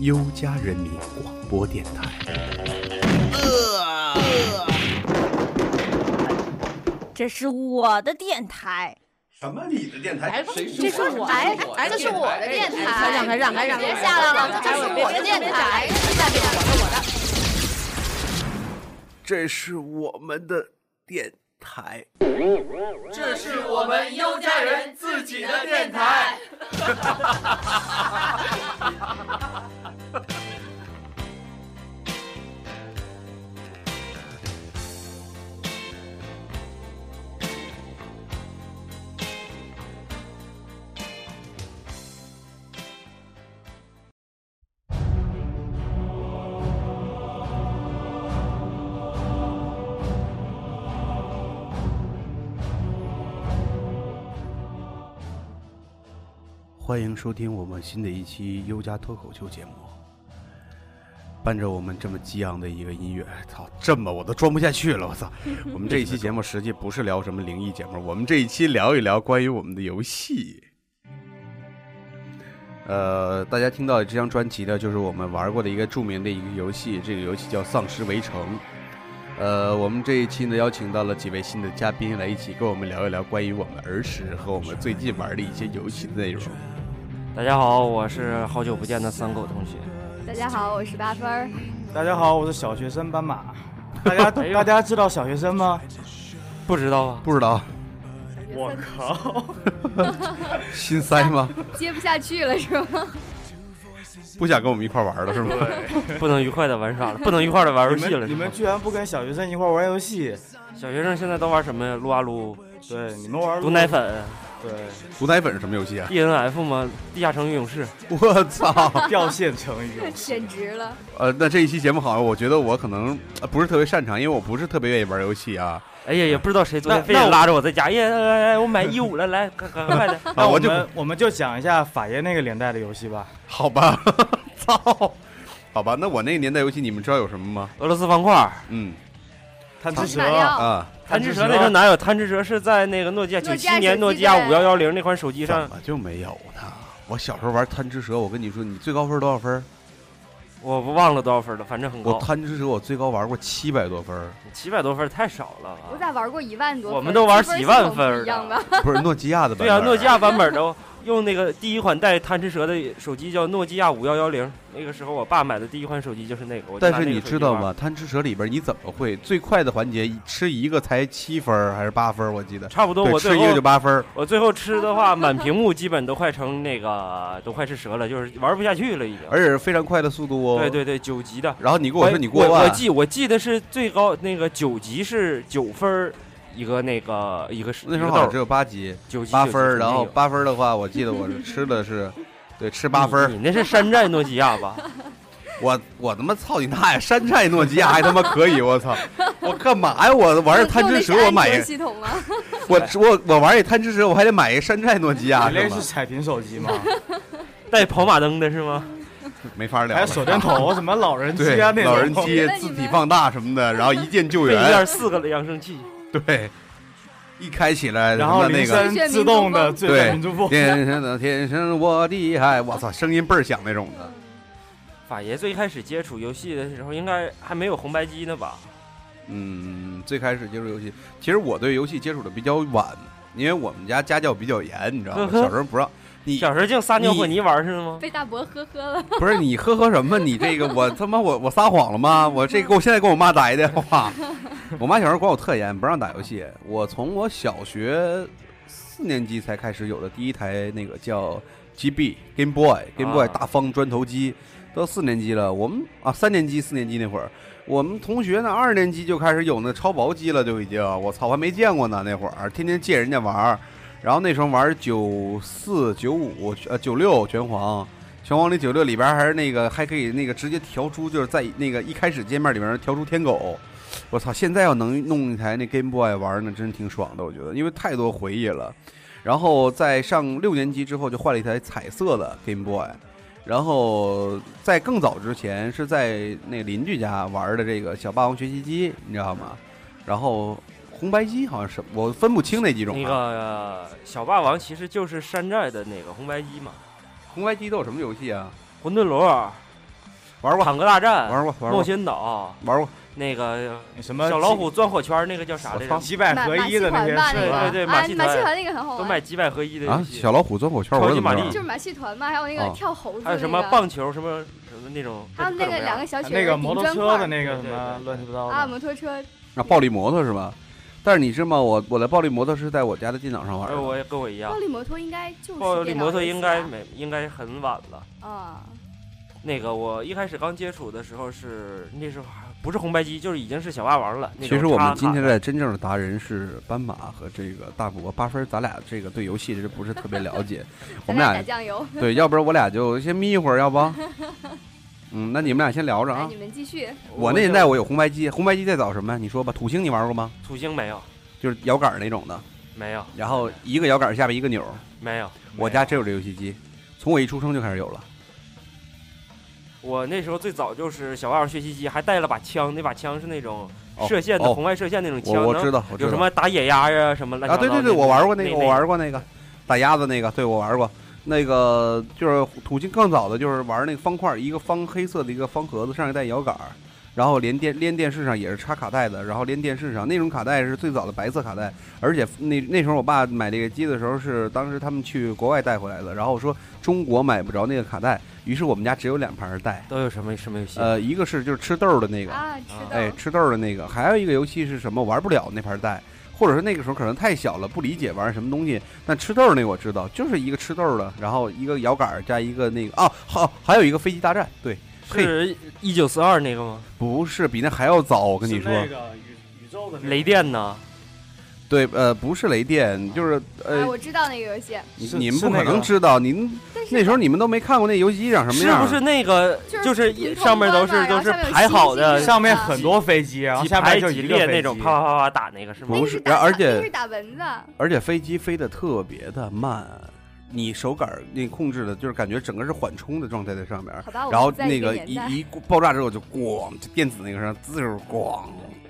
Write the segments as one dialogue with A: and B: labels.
A: 优家人民广播电台。
B: 这是我的电台，
A: 什么？你的电台？谁
C: 这是我的
D: 哎
C: 电台
D: 哎，这是我的电台，
B: 哎让开让开让开
D: 别下来了，这是我的电台，下面我的我
A: 这是我们的电台。
C: 这是我们优家人自己的电台。
A: 欢迎收听我们新的一期优家脱口秀节目。伴着我们这么激昂的一个音乐，操，这么我都装不下去了，我操！我们这一期节目实际不是聊什么灵异节目，我们这一期聊一聊关于我们的游戏。呃，大家听到的这张专辑呢，就是我们玩过的一个著名的一个游戏，这个游戏叫《丧尸围城》。呃，我们这一期呢，邀请到了几位新的嘉宾来一起跟我们聊一聊关于我们儿时和我们最近玩的一些游戏的内容。
E: 大家好，我是好久不见的三狗同学。
D: 的。大家好，我是八分儿。
F: 大家好，我是小学生斑马。大家大家知道小学生吗？
E: 不知 道啊，
A: 不知道
F: 我靠！
A: 心塞吗？
D: 接不下去了是吗？
A: 不想跟我们一块玩了是吗？
E: 不能愉快的玩耍了，不能愉快的玩游
F: 你
E: 戏了
F: 们
E: 是
F: 你
E: 吗
F: 们居然不跟小学生一块玩游戏？
E: 小学生现在都玩什么呀？撸啊撸、
F: 对，你们玩
E: 毒奶？粉、
F: 对，
A: 毒奶粉是什么游戏啊？
E: DNF 吗？地下城与勇士。
A: 我操！
F: 掉线成语。
D: 简直了！
A: 呃，那这一期节目好像我觉得我可能呃不是特别擅长，因为我不是特别愿意玩游戏啊。
E: 哎呀，也不知道谁昨天
F: 那
E: 非得
F: 那我
E: 拉着我在家，哎呀，哎哎我买一五了，来，赶赶快的。
A: 啊，
F: 那
A: 我
F: 我
A: 就
F: 们我们就讲一下法爷那个年代的游戏吧。
A: 好吧， 操，好吧。那我那个年代游戏你们知道有什么吗？
E: 俄罗斯方块，
A: 嗯
F: 贪
D: 这
F: 吃
D: 是
F: 蛇
D: 哪，
E: 哦
D: 料？
A: 啊，
E: 贪吃蛇
F: 贪吃蛇
E: 那时候哪有贪吃蛇？是在那个诺基亚
D: 诺
E: 九
D: 基
E: 七
D: 亚
E: 年
D: 手机
E: 诺基亚
D: 对
E: 五幺幺零那款手机
A: 怎
E: 上，
A: 么就没有呢？我小时候玩贪吃蛇，我跟你说，你最高分多少分？
E: 我不忘了多少分了，反正很
A: 我
E: 高，
A: 贪吃蛇我最高玩过七百多分儿，
E: 七百多分太少了
D: 我
E: 啊。
D: 咋玩过一万多分？
E: 我们都玩
D: 积分
E: 几万
D: 系统
E: 分儿
D: 不一样
E: 的
D: 吧？
A: 不是诺基亚的版
E: 对
A: 本
E: 啊，
A: 儿。
E: 诺基亚版本的，用那个第一款带贪吃蛇的手机叫诺基亚五幺幺零。那个时候我爸买的第一款手机就是那个。我就
A: 但
E: 拿
A: 是
E: 那个
A: 你
E: 手
A: 知
E: 机
A: 道
E: 玩？
A: 吗？贪吃蛇里边你怎么会最快的环节吃一个才七分儿还是八分儿？我记得，
E: 差不多，
A: 对
E: 我
A: 吃
E: 最
A: 一个就
E: 后
A: 八分儿。
E: 我最后吃的话，满屏幕基本都快成那个都快是蛇了，就是玩不下去了已经。
A: 而且是非常快的速度哦。
E: 对。对对，九级的。
A: 然后你跟我说你过
E: 我我
A: 万，
E: 记我记得是最高那个九级是九分儿一个那个一个
A: 那时
E: 一个
A: 候
E: 豆
A: 好像只
E: 儿，
A: 有八级，
E: 九级
A: 八
E: 九级
A: 分儿。
E: 肯定
A: 然后
E: 有
A: 八分儿的话，我记得我是吃的是，对，吃八分
E: 你
A: 儿。
E: 你那是山寨诺基 亚吧？
A: 我我他妈操你大爷！山寨诺基亚还他妈可以，我操！我干嘛呀？我玩儿贪吃蛇，我买
D: 用
A: 一
D: 的是安卓系统吗？
A: 我我我玩儿一贪吃蛇，我还得买一山寨诺基亚
F: 你
A: 是
F: 那
A: 吗
F: 啊是？彩屏手机吗？
E: 带跑马灯的是吗？
A: 没法聊
F: 还有
A: 了。
F: 手电筒，什么老人机 啊那种。
A: 老人
D: 我
A: 机
D: 觉得你
A: 字
D: 们
A: 体放大什么的，然后一键救
E: 配一
A: 援
E: 件，四个的扬声器。
A: 对，一开起来，
F: 然后
A: 什么那
F: 铃
A: 个
F: 声自动的最炫
A: 对
F: 民族，风。
A: 天生的天生我的爱，我操，声音倍儿响那种的。
E: 法爷最开始接触游戏的时候，应该还没有红白机呢吧？
A: 嗯，最开始接触游戏，其实我对游戏接触的比较晚，因为我们家家教比较严，你知道
F: 嗯
A: 吗？
E: 呵呵
A: 小时候不让你，
E: 小时候净撒尿和泥玩是吗？
D: 被大伯呵呵了，
A: 不是你呵呵什么？你这个我他妈我我撒谎了吗？我这个我现在跟我妈打一电话，我妈小时候管我特严，不让打游戏。我从我小学四年级才开始有的第一台那个叫 GB Game Boy Game Boy
E: 啊
A: 大方砖头机，都四年级了，我们啊三年级四年级那会儿，我们同学呢二年级就开始有那超薄机了，就已经我操我还没见过呢那会儿，天天借人家玩儿。然后那时候玩九四、九五、呃九六拳皇，拳皇里九六里边还是那个还可以那个直接调出，就是在那个一开始界面里边调出天狗。我操！现在要能弄一台那 Game Boy 玩呢，真挺爽的，我觉得，因为太多回忆了。然后在上六年级之后，就换了一台彩色的 Game Boy。然后在更早之前，是在那邻居家玩的这个小霸王学习机，你知道吗？然后红白机好像是我分不清那几种、啊。
E: 那个小霸王其实就是山寨的那个红白机嘛，
A: 红白机都有什么游戏啊？
E: 混沌罗尔、
A: 玩过，
E: 坦克大战、
A: 玩过，玩
E: 冒
A: 过，
E: 险岛，
A: 玩过。
E: 那个
F: 什么
E: 小老虎钻火圈那个叫啥来着
A: 我？
F: 几百
D: 马
F: 合
D: 马
F: 一
D: 戏
F: 的那
D: 团
F: 些，啊
D: 吧，那
E: 对
D: 个
E: 对对，马戏
D: 马戏
E: 团
D: 团那个很好
E: 都
D: 玩
E: 买，几百合一的
A: 啊
E: 游，戏
A: 小老虎钻火圈，
E: 超级
A: 我怎么
E: 玛
A: 知
E: 丽
A: 道
D: 就是马戏团嘛，还有那
A: 啊
D: 个跳猴子，
E: 还有什么，棒球什么什么那种，
D: 还有那
E: 各
D: 个
E: 种各样
D: 两个小雪
F: 那
D: 人
F: 个
D: 顶
F: 摩托
D: 砖
F: 车
D: 块
F: 的
D: 儿
F: 那个什
E: 对对
F: 么
E: 对
F: 乱七八糟
D: 啊，
F: 的，
D: 摩托车，
A: 啊，暴力摩托是吧？但是你知道吗？我我的暴力摩托是在我家的电脑上玩
E: 哎，
A: 的。
E: 我也跟我一样
D: 暴，力摩托应该就是
E: 暴力
D: 电脑
E: 摩托
D: 游戏啊
E: 应该
D: 吧
E: 没应该很晚了。
D: 啊，
E: 那个我一开始刚接触的时候是那时候还不是红白机，就是已经是小霸王了。那
A: 其
E: 种
A: 实我
E: 插
A: 们今
E: 卡
A: 天
E: 的
A: 的真正的达人是斑马和这个大伯八分儿，咱俩这个对游戏这不是特别了 解，我们
D: 咱俩打
A: 俩
D: 酱油，
A: 对，要不然我俩就先眯一会儿，要不？嗯，那你们俩先聊着
D: 来
A: 啊
D: 你。们继续，
A: 我那年代我有红白机，红白机再早什么呀？你说吧，土星你玩过吗？
E: 土星没有
A: 就是摇杆儿那种的，
E: 没有
A: 然后一个摇杆儿下边一个钮儿。
E: 没有，
A: 我家真有这游戏机，从我一出生就开始有了。
E: 我那时候最早就是小霸王学习机，还带了把枪，那把枪是那种
A: 哦
E: 射线的、
A: 哦
E: 红外射线那种枪，
A: 我我
E: 能
A: 知道，我知
E: 有
A: 道
E: 什么打野鸭呀、什么乱七
A: 啊，
E: 八
A: 对
E: 糟的
A: 对对，我玩过那
E: 那
A: 个，我玩过那个打鸭子那个，对我玩过那个，就是土星更早的就是玩那个方块，一个方黑色的一个方盒子，上面带摇杆儿，然后连电连电视上也是插卡带的，然后连电视上那种卡带是最早的白色卡带，而且那那时候我爸买这个机的时候是当时他们去国外带回来的，然后说中国买不着那个卡带，于是我们家只有两盘儿带，
E: 都有什么什么游戏？
A: 呃，一个是就是吃豆儿的那个，
D: 啊，知
A: 哎，
D: 道，
A: 吃豆儿的那个，还有一个游戏是什么玩不了那盘带，或者是那个时候可能太小了，不理解玩什么东西。但吃豆儿那个我知道，就是一个吃豆儿的，然后一个摇杆儿加一个那个啊，好，还有一个飞机大战，对，嘿
E: 是一九四二那个吗？
A: 不是比那还要早，我
F: 我
A: 跟你说，
F: 那个宇宇宙的那个
E: 雷电呢？
A: 对，呃，不是雷电，就是
D: 哎，
A: 呃，
D: 我知道那个游戏，
A: 你
F: 啊是
A: 你们
F: 是
A: 不可
F: 那个
A: 能知道，您
D: 但是
A: 那时候你们都没看过那游戏机长什么
E: 是
A: 样，啊
E: 不是？那个
D: 就是
E: 就是
D: 一通
E: 上面都
D: 关
E: 是
D: 嘛
E: 都
D: 然后
E: 是
D: 下面有
E: 排好的
D: 星星
F: 上面很多飞机，然
E: 呃
F: 后
E: 几
F: 下
E: 排
F: 面就
E: 几
F: 一个
E: 列
F: 飞
E: 那种
F: 机
E: 啪啪啪啪打那个是吗
A: 不？
D: 那
A: 是
D: 是打
A: 而
D: 那
A: 且
D: 是打蚊子，
A: 而且飞机飞得特别的慢，你手杆儿那控制的，就是感觉整个是缓冲的状态在上面。
D: 好吧，我
A: 然后
D: 不哦在
A: 那
D: 个
A: 个
D: 年
A: 一
D: 代
A: 一爆炸之后就咣，就电子那个声，滋儿咣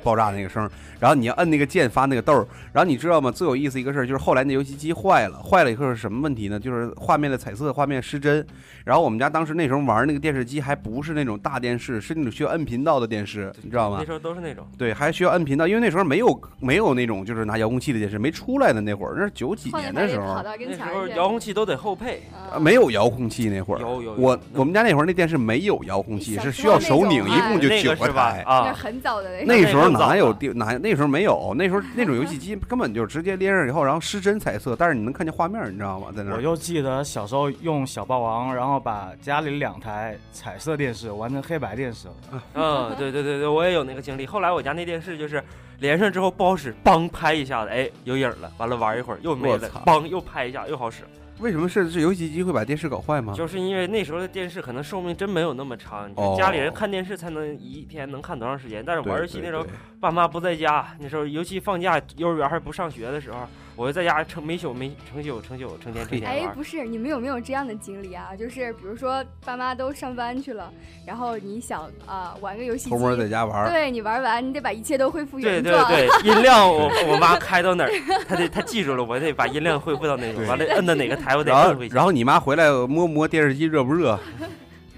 A: 爆炸那个声儿，然后你要摁那个键发那个豆儿，然后你知道吗？最有意思一个事儿就是后来那游戏机坏了，坏了以后是什么问题呢？就是画面的彩色，画面失真。然后我们家当时那时候玩那个电视机还不是那种大电视，是那种需要摁频道的电视，你知道吗
E: 那时？候都是那种。
A: 对，还需要摁频道，因为那时候没有没有那种就是拿遥控器的电视，没出来的那会儿，那是九几
D: 换
A: 年
D: 了
A: 的
D: 台
A: 时
D: 跑
A: 候。
D: 到
E: 那
D: 跟
E: 时
D: 前
E: 候
D: 儿去
E: 遥控器都得后配，
A: 啊
D: 啊
A: 没有遥控器那会儿，
E: 有有有
A: 我我们家那会儿那电视没有遥控器，
D: 小
A: 是
D: 时
A: 需
D: 候
A: 要
D: 那
A: 手
D: 种
A: 拧，一
D: 啊
A: 共就
E: 那
A: 九
E: 个是吧
A: 台？。
D: 那是
E: 啊，
D: 很早的那个，
A: 那时候哪
E: 那个更
A: 有
E: 早
A: 地哪？那时候没有，那时候那种游 戏机根本就直接连上以后，然后失真彩色，但是你能看见画面，你知道吗？在那
F: 我
A: 儿
F: 就记得小时候用小霸王，然后把家里两台彩色电视玩成黑白电视了。
E: 嗯，对对对对，我也有那个经历。后来我家那电视就是连上之后不好使，梆拍一下子，哎，有影儿了。完了玩一会儿又没
A: 我
E: 了
A: 操，嗯
E: 梆又拍一下又好使。
A: 为什么是是游戏机会把电视搞坏吗？
E: 就是因为那时候的电视可能寿命真没有那么长，你
A: 哦
E: 说家里人看电视才能一天能看多长时间。但是玩
A: 对
E: 游戏
A: 对
E: 那时候
A: 对
E: 爸妈不在家，那时候尤其放假，幼儿园还不上学的时候，我就在家成没宿没成宿成宿成天成天
D: 哎，
E: 玩。
D: 不是，你们有没有这样的经历啊？就是比如说爸妈都上班去了，然后你想啊、玩个游戏机
A: 偷，摸在家玩儿，
D: 对你玩完，你得把一切都恢复
E: 对
D: 原
E: 对
D: 状。
E: 对， 音量我我妈开到哪儿，她得她记住了，我得把音量恢复到哪个，
A: 对
E: 完了摁到哪个台我得
A: 然
E: 摁
A: 后
E: 回去。
A: 然后你妈回来摸摸电视机热不 热？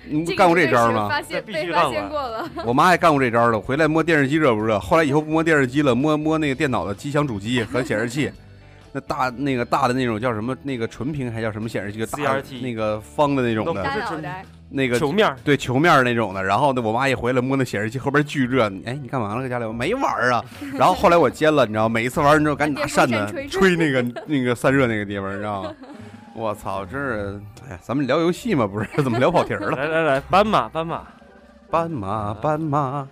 A: 你
D: 这个
A: 干过这
D: 真
A: 招
D: 是
A: 吗？
D: 发
E: 这
D: 现
E: 必
D: 被
E: 须
D: 发
E: 干
D: 现
E: 完
D: 过了，
A: 我妈还干过这招呢，回来摸电视机热不热？后来以后不摸电视机了，摸摸那个电脑的机箱主机和显示器，那大那个大的那种叫什么？那个纯屏还叫什么显示器？就大
E: CRT
A: 那个方的那种
E: 不
A: 的，
E: 是
D: 大脑哎
E: 真
D: 袋。
A: 那个
E: 球面儿
A: 对球面儿那种的。然后呢，我妈一回来摸那显示器后边巨热，哎，你干嘛了？搁家里我没玩儿啊。然后后来我煎了，你知道，每一次玩完之后赶紧拿扇
D: 电
A: 子
D: 风扇
A: 吹那个 那个散热那个地方，你知道吗？我操，这是哎呀，咱们聊游戏嘛，不是？ 怎么聊跑题儿了？
E: 来来来，斑马斑马，
A: 斑马，斑马，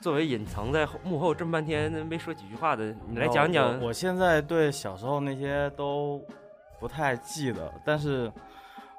E: 作为隐藏在后幕后这么半天没说几句话的，你来讲
F: 然后
E: 讲
F: 我。我现在对小时候那些都不太记得，但是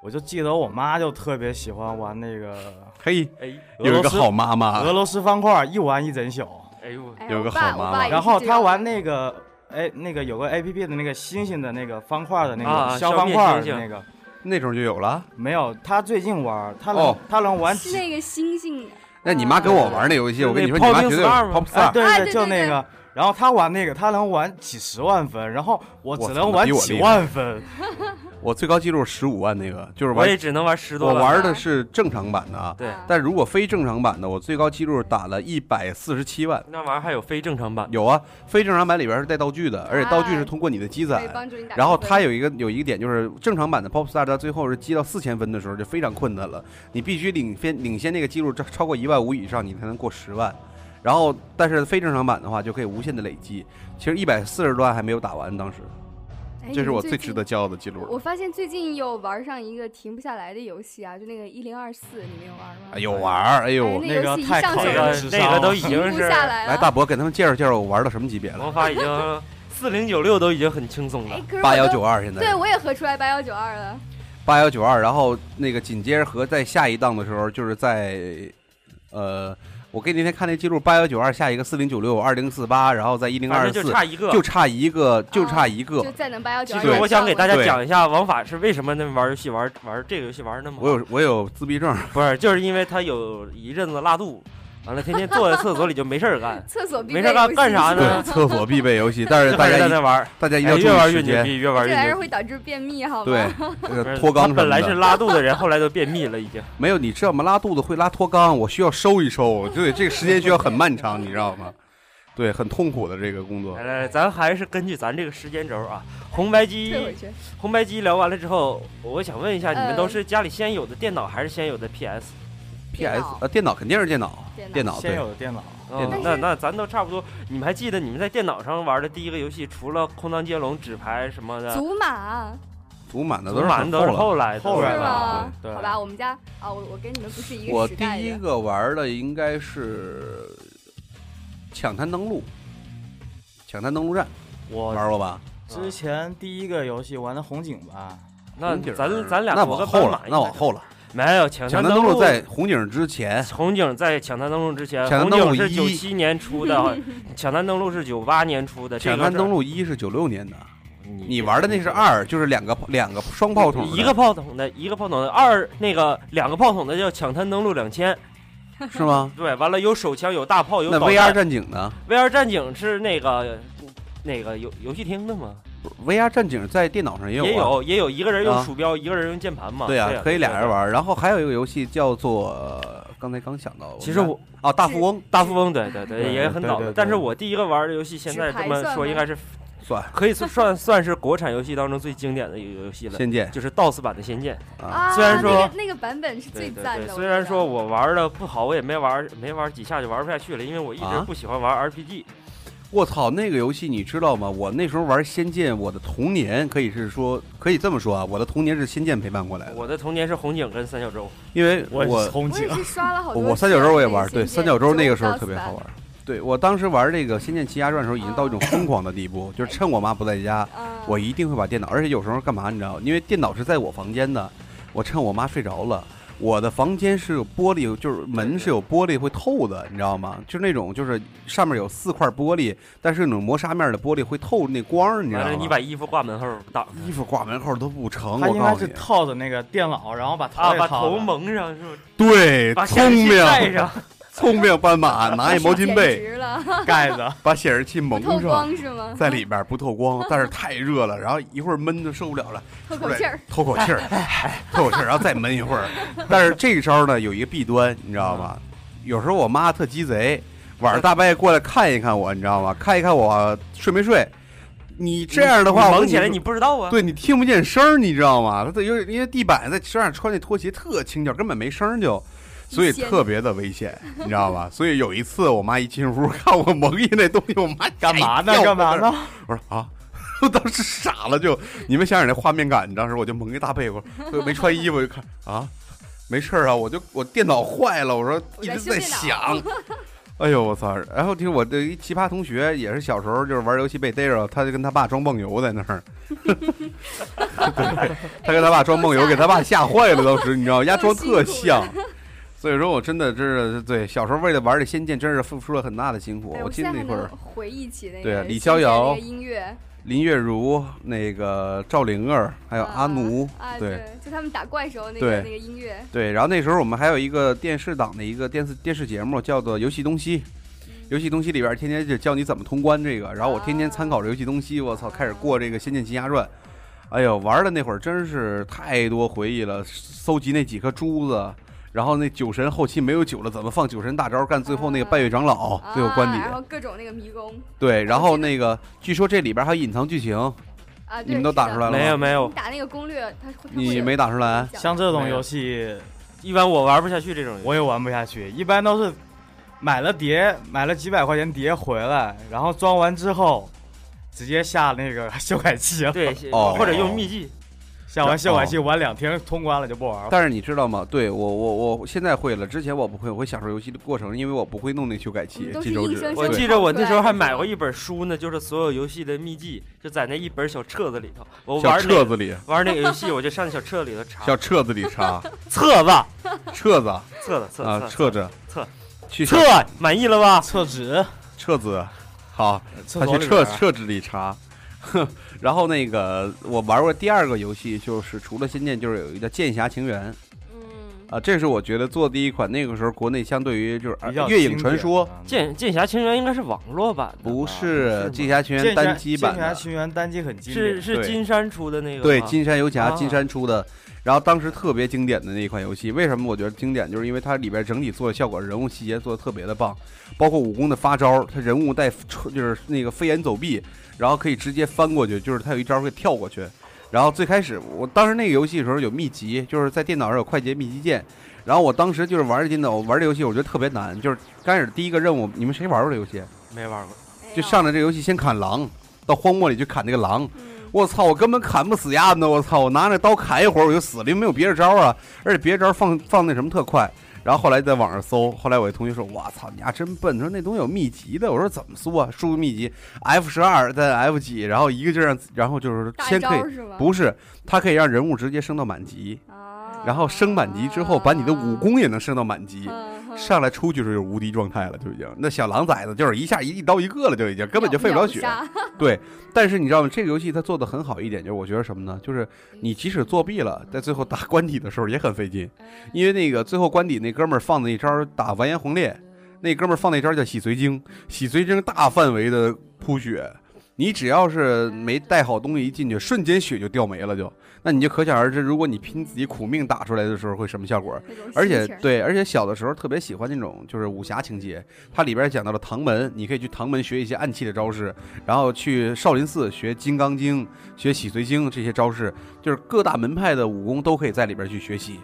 F: 我就记得我妈就特别喜欢玩那个
A: 嘿，
E: 哎
A: 有
F: 俄
A: 一
F: 罗
A: 个
F: 斯
A: 好妈啊妈，
F: 俄罗斯方块，一玩一整宿。
E: 哎呦我，
D: 哎，
A: 有
D: 我
A: 个
D: 爸，
A: 好
D: 我
A: 妈
D: 爸
A: 妈
D: 也
F: 然
D: 是
F: 后
D: 这
F: 她
D: 样
F: 玩
D: 的
F: 那个，哎，那个有个 A P P 的那个星星的那个方块的那
E: 啊
F: 个消方块
E: 消灭星星
F: 的那个，
A: 那时候就有了。
F: 没有。她最近玩，她
A: 哦
F: 能她能玩
D: 是
F: 几
D: 那个星星。
A: 那你妈跟我玩那游戏，
E: 啊
A: 我跟你说，
E: 就
A: 你妈
E: 那
A: 绝对有
E: Popping Star 吗
A: Pop
F: 哎，
A: Star，
F: 对
D: 啊对
F: 对，就
D: 对
F: 那
D: 对
F: 个。然后他玩那个，他能玩几十万分，然后我
A: 我操
F: 只能
A: 那
F: 玩
A: 比我
F: 几
A: 厉害
F: 万分，
A: 我最高记录十五万那个，就是
E: 我
A: 玩
E: 也只能玩十多
A: 我
E: 万。啊
A: 玩的是正常版的啊。
E: 对
D: 啊
A: 但如果非正常版的，我最高记录打了一百四十七万。
E: 那玩意儿还有非正常版，
A: 有啊，非正常版里边是带道具的，而且道具
D: 啊
A: 是通过你的积
D: 可以
A: 攒。
D: 帮助你打。
A: 然后它有一个有一个点就是正常版的 Popstar，它最后是积到四千分的时候就非常困难了，你必须领先领先那个记录超超过一万五以上，你才能过十万。然后，但是非正常版的话就可以无限的累积。其实一百四十段还没有打完，当时
D: 哎
A: 这是我最。
D: 你
A: 值
D: 们近
A: 得骄傲的记录了。
D: 我发现最近又玩上一个停不下来的游戏啊，就那个一零二四，你们有玩吗？
A: 哎呦玩儿，哎
D: 哎
A: 呦，
D: 那
F: 那
D: 游
F: 个
D: 戏一
F: 太
D: 上
F: 考
D: 手
E: 那
D: 就
E: 个
F: 验智商
E: 那个都已经
D: 停不
E: 是
D: 下来啊
A: 来
D: 了。
A: 大伯给他们介绍介绍我玩到什么级别了，
E: 魔法 已经四零九六都已经很轻松了
D: 哎，，可是
A: 八
D: 我
A: 幺
D: 都
A: 九二现在
D: 对，我也合出来八幺九二了。
A: 八幺九二，然后那个紧接着和在下一档的时候，就是在呃，我给你那天看那记录，八幺九二下一个四零九六二零四八，然后在一零
E: 反
A: 二
E: 正就
A: 四，
E: 差一个。啊
A: 就差一个，就差一
D: 就
A: 个。
D: 再能八幺九
E: 其
D: 二。，
E: 实我想给大家
A: 对
E: 讲一下王法是为什么那么玩游戏玩玩这个游戏玩得那么好
A: 我有我有自闭 症，
E: 不是，就是因为他有一阵子拉肚，完了天天坐在厕所里就没事儿干
D: 厕所必
E: 没
D: 备
E: 事儿干干啥
A: 对
E: 呢？
A: 厕所必备游戏， 但是大
E: 就
A: 家
E: 在
A: 一
E: 那玩儿，
A: 大家一定
E: 哎
A: 要
E: 越
A: 注
E: 玩
A: 意
E: 越
A: 时
E: 牛
A: 间，
E: 逼，越玩
D: 这
E: 越
D: 玩意儿
E: 牛逼。
D: 会导致便秘，好吗？
A: 对，那个
E: 不是
A: 脱肛
E: 他
A: 什么
E: 本来是
A: 的，
E: 拉肚子人，后来都便秘了，已经。
A: 没有你知道吗？拉肚子会拉脱肛，我需要收一收，对，这个时间需要很漫长，你知道吗？对，很痛苦的这个工作
E: 来。来，来呃咱还是根据咱这个时间轴啊，红白
D: 退回
E: 机，
D: 去。
E: 红白机聊完了之后，我想问一下，你们
D: 呃
E: 都是家里先有的电脑，还是先有的 PS？
A: P
D: 电
A: S
D: 脑
A: 呃，电脑肯定是电脑，电
D: 电
A: 脑
F: 先
A: 对，
F: 有的电脑，
E: 哦
A: 脑
E: 那那咱都差不多。你们还记得你们在电脑上玩的第一个游戏，除了《空当接龙》、纸牌什么
A: 呃
E: 的，
D: 祖玛
A: 足满的
E: 祖
A: 都是
E: 玛
A: 很
E: 都是
A: 厚了。
E: 后来的
F: 后
D: 是
F: 来
E: 是
F: 的
E: 吧
D: 吗？
F: 对
D: 好吧，我们家啊，我我跟你们不是一
A: 我
D: 个时
A: 第
D: 代
A: 一
D: 的。
A: 个玩的应该是《抢滩登陆》，《抢滩登陆战》
F: 我
E: 哦
A: 玩过吧？
F: 之前第一个游戏玩的红警吧，
E: 那
A: 红警
E: 咱咱俩
A: 那
E: 我
A: 往
E: 跟
A: 后
E: 斑
A: 了
E: 马，应
A: 那
E: 该
A: 往后了。
E: 没有抢
A: 抢滩
E: 滩
A: 登
E: 陆
A: 陆在红警之前，
E: 红警在抢滩登陆之前，
A: 抢滩
E: 红
A: 登陆
E: 警是
A: 一
E: 九七年 出的，抢滩登陆是九八年出的。这
A: 抢
E: 个
A: 滩登
E: 是
A: 陆一是九六年的，
E: 你
A: 你玩的那是二，就是两个两个双炮筒的，
E: 一个炮筒的，一个炮筒的二那个两个炮筒的叫抢滩登陆两千，
A: 是吗？
E: 对，完了有手枪，有大炮，有
A: 那
E: 导
A: VR
E: 弹。
A: 战警呢
E: VR 战警是那个那个游游戏厅的吗？
A: 不是？VR 战警在电脑上也有、啊，
E: 也有也有一个人用
A: 啊
E: 鼠标，一个人用键盘嘛。
A: 对
E: 呀
A: 啊，，可以俩人
E: 对。
A: 玩。然后还有一个游戏叫做，呃刚才刚想到，
E: 其实我
A: 啊，大富翁
E: 大富翁，对对对，
F: 对
E: 也很早
F: 对对
E: 的。
F: 对
E: 但是我第一个玩的游戏，现在这么
D: 纸牌算
E: 说
D: 吗
E: 应该是
A: 算
E: 可以算算是国产游戏当中最经典的一个游戏
A: 《
E: 了，
A: 仙剑
E: 就是 DOS 版的《仙剑》。
A: 啊，
D: 啊，
E: 虽然说
D: 那个那个版本是
E: 对
D: 最
E: 对
D: 赞
E: 对，
D: 的，
E: 虽然说我玩的不好，我也没玩没玩几下就玩不下去了，因为我一直
A: 啊哎
E: 不喜欢玩 RPG。
A: 我操，那个游戏你知道吗？我那时候玩《仙剑》，我的童年可以是说，可以这么说啊，我的童年是《仙剑》陪伴过来的，
E: 我的童年是红警跟三角洲，
A: 因为
F: 我也是
A: 我
F: 红
D: 我
F: 警
D: 也，是刷了好多。
A: 我三角洲我也玩，对，三角洲那个时候特别好。玩。对我当时玩这个《仙剑奇侠传》的时候，已经到一种疯狂的地步，就是趁我妈不在家，
D: 啊，
A: 我一定会把电脑，而且有时候干嘛你知道？因为电脑是在我房间的，我趁我妈睡着了，我的房间是有玻璃，就是门是有玻璃会透的，你知道吗？就是那种就是上面有四块玻璃，但是那种磨砂面的玻璃会透那光儿，你啊知
E: 完
A: 道
E: 了
A: 吗？
E: 你把衣服挂门后挡
A: 衣服挂门后都不成，
F: 他
A: 我
F: 应该
A: 告
F: 是
A: 诉你，
F: 套着那个电脑，然后把头
E: 啊，
F: 也
E: 把
F: 套
E: 头
F: 着
E: 蒙上是不是？
A: 对，
E: 把显
A: 哎聪
E: 示器
A: 明，啊
E: 带上，
A: 聪明斑马拿一毛巾被
D: 简直了，
F: 盖着，
A: 把显示器蒙
D: 透
A: 上，
D: 光是吗？
A: 在里边不透光，但是太热了，然后一会儿闷的受不了了。
D: 透口气儿，哎
A: 透口气儿， 透口气儿，然后再闷一会儿。但是这个招儿呢，有一个弊端，你知道吗？
D: 嗯
A: 有时候我妈特鸡贼，晚上大半夜过来看一看我，你知道吗？看一看我睡没睡。你 这样的话，
E: 你
A: 我
E: 蒙起来
A: 你
E: 你不知道啊。
A: 对你听不见声儿，你知道吗？它有因为地板在身上穿那拖鞋特轻巧，根本没声儿就。所以
D: 一掀
A: 特别的危险，你知道吧？所以有一次，我妈一进屋 看我蒙一那东西，我妈
F: 干嘛呢
A: 吓？一跳
F: 干嘛呢？
A: 我说啊，我当时傻了就，你们想想那画面感，当时我就蒙一大被窝，我没穿衣服我就看啊，没事儿啊，我就我电脑坏了，我说
D: 我
A: 一
D: 在
A: 直
D: 修
A: 在
D: 电脑
A: 想。 哎呦我操！然后听我这一奇葩同学，也是小时候就是玩游戏被逮着，他就跟他爸装梦游在那儿， 对，他跟他爸装梦游，给他爸吓坏了，当时你知道，压装特像。所以说我真的真是对小时候为了玩这《仙剑》，真是付出了很大的辛苦
D: 哎。
A: 我记
D: 现
A: 得
D: 在
A: 那
D: 还
A: 会儿
D: 能回忆起那个
A: 对啊李
D: 新
A: 逍
D: 鲜的那
A: 遥
D: 个音乐，
A: 林月如、那个赵灵儿，还有
D: 啊
A: 阿奴，
D: 啊，
A: 对
D: 对，就他们打怪时候那
A: 对
D: 个那个音乐，
A: 对。然后那时候我们还有一个电视档的一个电视电视节目，叫做《游戏东西》。
D: 嗯
A: 游戏东西里边天
D: 啊
A: 天就教你怎么通关这个，然后我天天参考着游戏东西，我操，开始过这个《仙剑奇侠传》。哎呦，玩的那会儿真是太多回忆了，搜集那几颗珠子。然后那酒神后期没有酒了，怎么放酒神大招干最后那个拜月长老、最后观
D: 啊
A: 点？
D: 然后各种那个迷宫
A: 对，然后那个据说这里边还有隐藏剧情，
D: 啊，对
A: 你们都打出来了吗
E: 没有没有
D: 你，打那个攻略，它会它会
A: 你
D: 有
A: 没打出来
D: 影。响
F: 像这种
E: 没有
F: 游戏
E: 一般我玩不下去这种游戏。
F: 我也玩不下去，一般都是买了碟，买了几百块钱碟回来，然后装完之后直接下那个 修改器了，
E: 对，
A: 哦
E: 或者用秘籍，
F: 下完修改器玩两天通关了就不玩了。
A: 但是你知道吗？对我我我现在会了，之前我不会，我会享受游戏的过程，因为我不会弄那修改器
D: 嗯、都是
A: 金手
D: 硬
A: 指。
D: 生
E: 我
D: 生
A: 对
E: 记
D: 对
E: 着我那时候还买过一本书呢，就是所有游戏的秘籍，就在那一本小册子里头。我
A: 小
E: 玩那
A: 册
E: 个
A: 子里，
E: 玩那个游戏，我就上那小册子里头查。
A: 小册子里查
E: 册子，
A: 册子啊，
E: 册子，册子，
A: 册子
E: 册
A: 去
E: 册，满意了吧？
F: 厕纸，
A: 册子，好，
F: 厕
A: 他
F: 所
A: 去
F: 里
A: 厕
F: 边
A: 厕纸里查。哼， 然后那个我玩过第二个游戏，就是除了《仙剑》，就是有一个叫《剑侠情缘》
B: 嗯，
A: 啊，这是我觉得做第一款。那个时候国内相对于就是
F: 比
A: 《
F: 较
A: 月
F: 经
A: 影传
F: 典
A: 说》，
F: 嗯
E: 剑剑侠情缘应该是网络版的吧，
A: 不
E: 是
A: 是
E: 吗
A: 《剑侠情缘》
F: 剑侠
A: 单机版
F: 剑侠
A: 的，
F: 情缘单机很经
E: 是
F: 典，
E: 是
A: 对
E: 金山出的那个吗，
A: 对，金山游侠，
E: 啊
A: 金山出的。然后当时特别经典的那一款游戏，为什么我觉得经典？就是因为它里边整体做的效果、人物细节做的特别的棒，包括武功的发招，它人物带就是那个飞檐走壁，然后可以直接翻过去，就是它有一招可以跳过去。然后最开始我当时那个游戏的时候有秘籍，就是在电脑上有快捷秘籍键。然后我当时就是玩这电脑玩这游戏，我觉得特别难。就是刚开始第一个任务，你们谁玩过这游戏？
E: 没玩过，
A: 就上来这游戏先砍狼，到荒漠里去砍那个狼。
D: 嗯
A: 我操！我根本砍不死丫的，我操！我拿着刀砍一会儿我就死了，因为没有别的招啊，而且别的招放放那什么特快。然后后来在网上搜，后来我一同学说：“我操，你丫真笨！”他说那东西有秘籍的。我说怎么搜啊？输入秘籍 F 十二再 F 几，然后一个劲儿让，然后就是
D: 大
A: 先可
D: 招
A: 以
D: 是吗？
A: 不是，它可以让人物直接升到满级，
D: 啊，
A: 然后升满级之后把你的武功也能升到满级。
D: 嗯哼
A: 上来出去就是无敌状态了，就已经。那小狼崽子就是一下一一刀一个了，就已经根本就费不了血。
D: 秒杀
A: 对，但是你知道吗？这个游戏它做的很好一点，就是我觉得什么呢？就是你即使作弊了，在最后打关底的时候也很费劲，因为那个最后关底那哥们儿放的一招打完颜洪烈，那哥们儿放那招叫洗髓经，洗髓经大范围的铺血，你只要是没带好东西一进去，瞬间血就掉没了就，那你就可想而知，如果你拼自己苦命打出来的时候会什么效果。
D: 那种
A: 而
D: 心
A: 且
D: 情儿
A: 对，而且小的时候特别喜欢那种就是武侠情节，它里边讲到了唐门，你可以去唐门学一些暗器的招式，然后去少林寺学《金刚经》、学《洗髓经》这些招式，就是各大门派的武功都可以在里边去学习。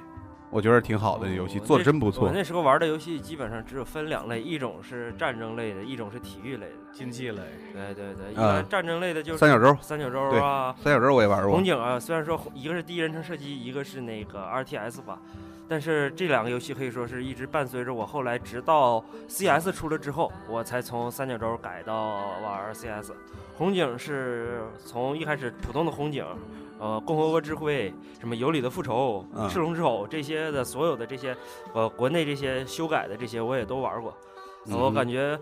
A: 我觉得挺好的这游戏，
E: 哦
A: 做的真不
E: 我
A: 错。
E: 那时候玩的游戏基本上只有分两类，一种是战争类的，一种是体育类的。
F: 竞技类。
E: 对对对，一
A: 啊
E: 般战争类的就是
A: 三角洲，
E: 三角洲啊、
A: 三角洲我也玩过
E: 红。警啊，虽然说一个是第一人称射击，一个是那个 RTS 吧，但是这两个游戏可以说是一直伴随着我后来，直到 CS 出了之后，我才从三角洲改到玩 CS。红警是从一开始普通的红警，呃，共和国之辉、什么有理的复仇
A: 嗯、
E: 赤龙之吼这些的所有的这些，呃，国内这些修改的这些我也都玩过，
A: 嗯
E: 我感觉。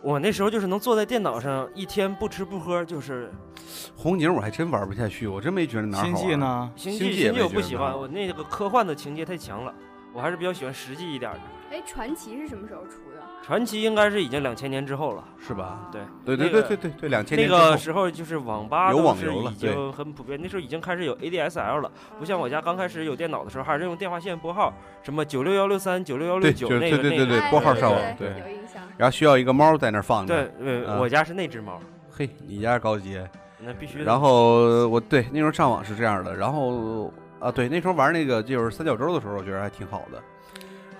E: 我那时候就是能坐在电脑上一天不吃不喝，就是
A: 嗯红警我还真玩不下去，我真没觉得哪儿好啊
F: 星
A: 玩。
F: 际呢？
E: 星
A: 星
E: 际
A: 际也
E: 星际
A: 没
E: 我
A: 觉
E: 不
A: 得
E: 喜
A: 它
E: 欢，我那个科幻的情节太强了，我还是比较喜欢实际一点的。
D: 哎，传奇是什么时候出的？
E: 传奇应该是已经两千年之后了，
A: 是吧？
E: 对
A: 对对
E: 那
A: 对
E: 个
A: 对对对，两千
E: 那
A: 年
E: 个
A: 之后
E: 时候就是网吧
A: 有
E: 都
A: 网
E: 是
A: 游了
E: 已经很普遍，那时候已经开始有 ADSL 了，不像我家刚开始有电脑的时候还是用电话线拨号，什么九六幺六三、九六幺六
A: 对
E: 九
A: 就
E: 那个
A: 对对
E: 那
A: 对
E: 个。
D: 哎
A: 拨号
D: 对
A: 上
D: 对
A: 网
D: 对
A: 对
D: 有印象。
A: 然后需要一个猫在那儿放着。
E: 对，呃，
A: 嗯
E: 我家是那只猫，
A: 嘿，你家高级。
E: 那必须的。
A: 然后我对那时候上网是这样的，然后啊对那时候玩那个就是三角洲的时候，我觉得还挺好的，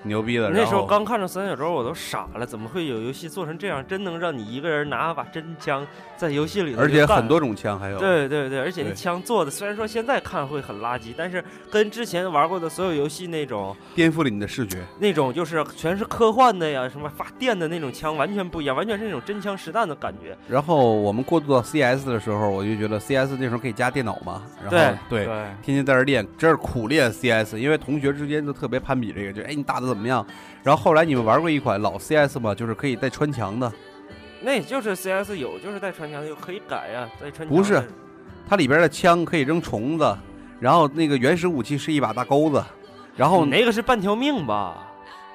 A: 牛逼的。
E: 那时
A: 然
E: 候
A: 后
E: 刚看着三角洲，我都傻了，怎么会有游戏做成这样？真能让你一个人拿把真枪在游戏里头
A: 而
E: 就
A: 且
E: 干
A: 很多种枪还有
E: 对对对，而且那
A: 哦对
E: 枪做的，虽然说现在看会很垃圾，但是跟之前玩过的所有游戏那种
A: 颠覆了你的视觉，
E: 那种就是全是科幻的呀，什么发电的那种枪完全不一样，完全是那种真枪实弹的感觉。
A: 然后我们过渡到 CS 的时候，我就觉得 CS 那时候可以加电脑嘛，然后对
F: 对，
A: 天天在这练，真是苦练 CS，因为同学之间都特别攀比这个，就哎你打的怎么样？然后后来你们玩过一款老 CS 嘛，就是可以带穿墙的，
E: 那也就是 CS 有，就是带穿墙有可以改呀，带穿墙
A: 不是
E: 的
A: 它里边的枪可以扔虫子，然后那个原始武器是一把大钩子，然后
E: 你那个是半条命吧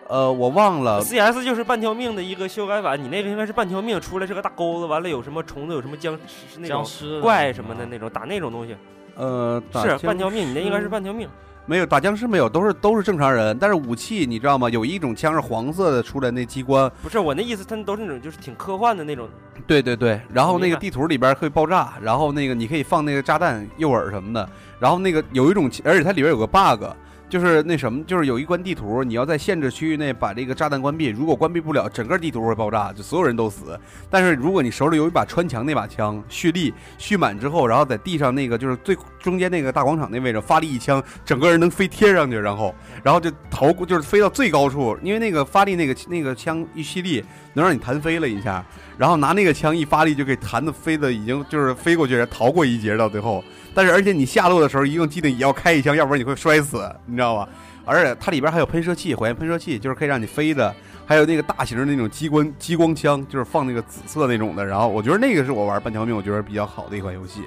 A: 哦呃我忘了
E: ？CS 就是半条命的一个修改版，你那个应该是半条命出来是个大钩子，完了有什么虫子，有什么僵尸那
F: 僵
E: 种
F: 尸啊
E: 怪什么的那种，打那种东西。
A: 呃，打
E: 是
A: 僵
E: 半条命，你那应该是半条命。
A: 没有打僵尸没有，都是都是正常人。但是武器你知道吗？有一种枪是黄色的，出来那机关，
E: 不是我那意思，它都是那种就是挺科幻的那种。
A: 对对对。然后那
E: 明
A: 个
E: 白
A: 地图里边会爆炸，然后那个你可以放那个炸弹诱饵什么的。然后那个有一种，而且它里边有个 bug，就是那什么，就是有一关地图，你要在限制区域内把这个炸弹关闭，如果关闭不了，整个地图会爆炸，就所有人都死。但是如果你手里有一把穿墙那把枪，蓄力蓄满之后，然后在地上那个就是最中间那个大广场那位置发力一枪，整个人能飞贴上去，然后然后就头就是飞到最高处，因为那个发力那个那个枪一蓄力能让你弹飞了一下，然后拿那个枪一发力就给弹的飞的已经就是飞过去，然后逃过一劫到最后。但是而且你下落的时候一定记得也要开一枪，要不然你会摔死，你知道吗？而且它里边还有喷射器，火焰喷射器就是可以让你飞的，还有那个大型的那种激光激光枪，就是放那个紫色那种的。然后我觉得那个是我玩半条命我觉得比较好的一款游戏，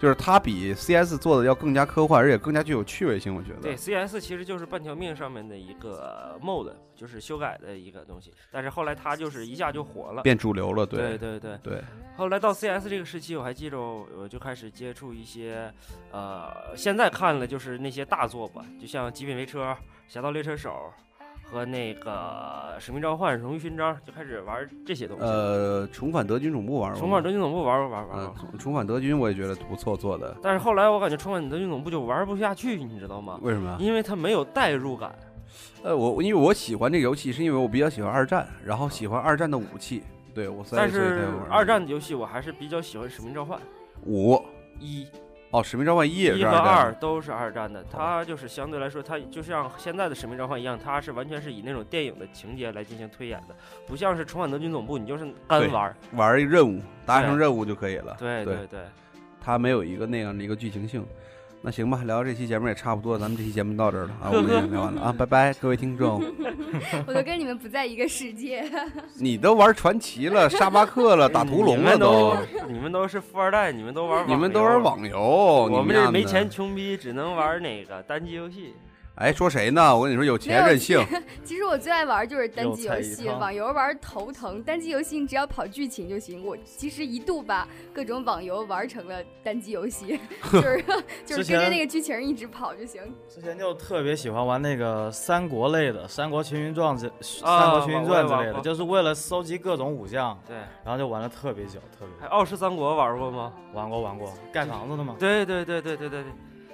A: 就是它比 CS 做的要更加科幻，而且更加具有趣味性。我觉得
E: 对，CS 其实就是半条命上面的一个 mod，就是修改的一个东西。但是后来它就是一下就火了。
A: 变主流了，
E: 对
A: 对
E: 对对，
A: 对
E: 后来到 CS 这个时期，我还记着我我就开始接触一些，呃，现在看了就是那些大作吧，就像《极品飞车》《侠盗猎车手》和那个《使命召唤》《荣誉勋章》，就开始玩这些东西。
A: 呃，重返德军总部玩过吗，
E: 重返德军总部玩玩玩
A: 嗯
E: 玩，，
A: 重重返德军我也觉得不错做的，
E: 但是后来我感觉重返德军总部就玩不下去，你知道吗？
A: 为什么呀？
E: 啊因为它没有代入感。
A: 呃，我因为我喜欢这个游戏，是因为我比较喜欢二战，然后喜欢二战的武器。对我，所以
E: 但
A: 所以才
E: 是
A: 玩
E: 二战的游戏我还是比较喜欢《使命召唤》
A: 五
E: 一，
A: 哦，《使命召唤一》也
E: 一
A: 是
E: 和
A: 战
E: 二都是二战的，它就是相对来说，它就像现在的《使命召唤》一样，它是完全是以那种电影的情节来进行推演的，不像是《重返德军总部》，你就是干玩 儿。
A: 玩一个任务，达成
E: 对
A: 任务就可以了。
E: 对
A: 对
E: 对对，
A: 它没有一个那样的一个剧情性。那行吧，聊这期节目也差不多，咱们这期节目到这儿了啊，我们也聊完了啊，拜拜，各位听 众。
D: 我都跟你们不在一个世界。
A: 你都玩传奇了，沙巴克了，打屠龙
E: 你们
A: 了
E: 都
A: 都，，
E: 你们都是富二代，你们都玩，
A: 你们都玩。网游，我
E: 我们这没钱。穷逼，只能玩哪个单机游戏？
A: 哎，说谁呢？我跟你说，有钱任性。
D: 其实我最爱玩就是单机游
F: 又菜
D: 戏，
F: 一汤
D: 网游玩头疼，单机游戏你只要跑剧情就行。我其实一度把各种网游玩成了单机游 戏，就是就是
F: 之
D: 跟
F: 前
D: 着那个剧情一直跑就行。
F: 之前就特别喜欢玩那个三国类的《三国群英传》之《
E: 啊
F: 三国群英传》
E: 玩
F: 之类
E: 玩
F: 的，
E: 玩
F: 就是为了搜集各种武将，
E: 对，
F: 然后就玩的特别久，特别
E: 还
F: 久。
E: 傲视三国玩过吗？
F: 玩过玩过，盖房子的嘛。
E: 对对对对对对对，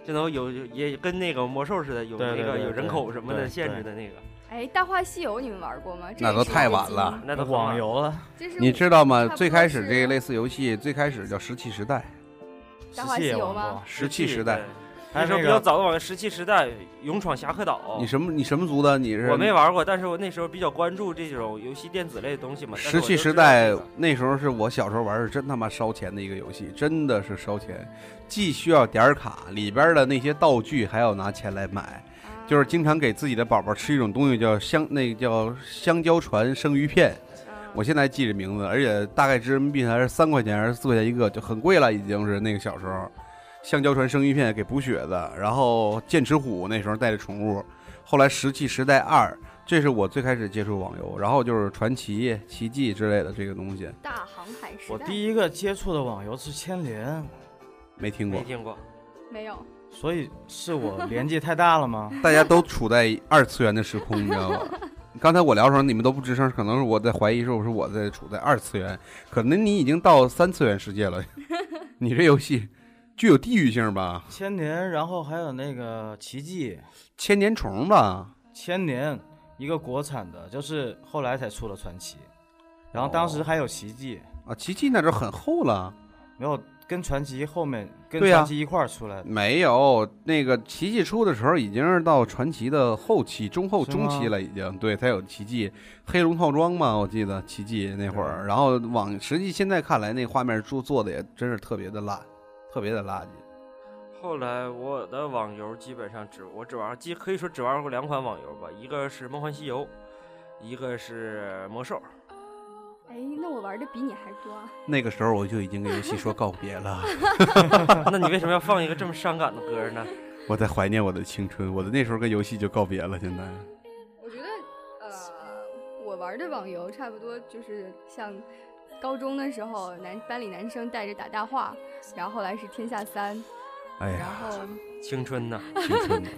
E: 这能有有也跟那个魔兽似的，有
F: 对
E: 那
F: 对
E: 个
F: 对
E: 有
F: 对
E: 人口什么的
F: 对
E: 限制
F: 对
E: 的那个，
D: 哎，《大话西游》你们玩过吗？这
A: 那
D: 也
A: 都
D: 是
A: 太
D: 我的
A: 晚
D: 记忆
A: 了，
E: 那都很
F: 网
E: 晚。
F: 游啊了，
D: 这是
A: 你知道吗
D: 差？不
A: 最
D: 多
A: 开始
D: 是
A: 这个类似游戏，最开始叫《石器时代
F: 石
D: 大话
F: 器
D: 西
F: 也
D: 游
F: 玩
D: 吗啊
F: 过。
A: 石器时代
E: 对，那
F: 还有
E: 时候
F: 那
E: 比较
F: 个
E: 早的网游，石器时代勇闯侠客岛》。。
A: 你什么？你什么族的？你是？
E: 我没。玩过，但是我那时候比较关注这种游戏电子类的东西嘛。但是
A: 石
E: 我
A: 器
E: 就
A: 时
E: 知道
A: 代
E: 这个
A: 那时候是我小时候玩，是真他妈烧钱的一个游戏，真的是烧钱，既需要点儿卡里边的那些道具，还要拿钱来买。
D: 啊
A: 就是经常给自己的宝宝吃一种东西，叫香，那个叫香蕉船生鱼片。
D: 啊
A: 我现在记着名字，而且大概值人民币还是三块钱还是四块钱一个，就很贵了，已经是那个小时候。橡胶船生鱼片给补血的，然后剑齿虎那时候带着宠物，后来石器时代二，这是我最开始接触网游，然后就是传奇、奇迹之类的这个东西
D: 大航海时代，
F: 我第一个接触的网游是《千连》，
A: 没听过
E: 没，听过，
D: 没有。
F: 所以是我年纪太大了吗？
A: 大家都处在二次元的时空，你知道吗？ 刚才我聊的时候，你们都不吱声，可能是我在怀疑是不是我在处在二次元，可能你已经到三次元世界了。 你这游戏具有地域性吧？
F: 《千年》，然后还有那个《奇迹》，
A: 千年虫吧？
F: 《千年》一个国产的，就是后来才出了传奇，然后当时还有《奇迹》
A: 啊，奇迹那就很厚了。
F: 没有跟传奇后面跟
A: 对呀啊
F: 传奇一块儿出来的。
A: 没有，那个奇迹出的时候已经是到传奇的后期、中后
F: 是
A: 中
F: 吗
A: 期了，已经对才有奇迹黑龙套装嘛，我记得奇迹那会儿。
F: 对
A: 然后往实际现在看来，那画面做做的也真是特别的烂，特别的垃圾。
E: 后来我的网游基本上只我只玩，几可以说只玩过两款网游吧，一个是《梦幻西游》，一个是魔兽。
D: 哎，那我玩的比你还多啊。
A: 那个时候我就已经跟游戏说告别了，
E: 那你为什么要放一个这么伤感的歌呢？
A: 我在怀念我的青春，我的那时候跟游戏就告别了。现在
D: 我觉得，呃，我玩的网游差不多就是像高中的时候，男班里男生带着打大话，然后后来是天下三，
A: 哎
D: 然
A: 呀，
D: 后
E: 青春呐！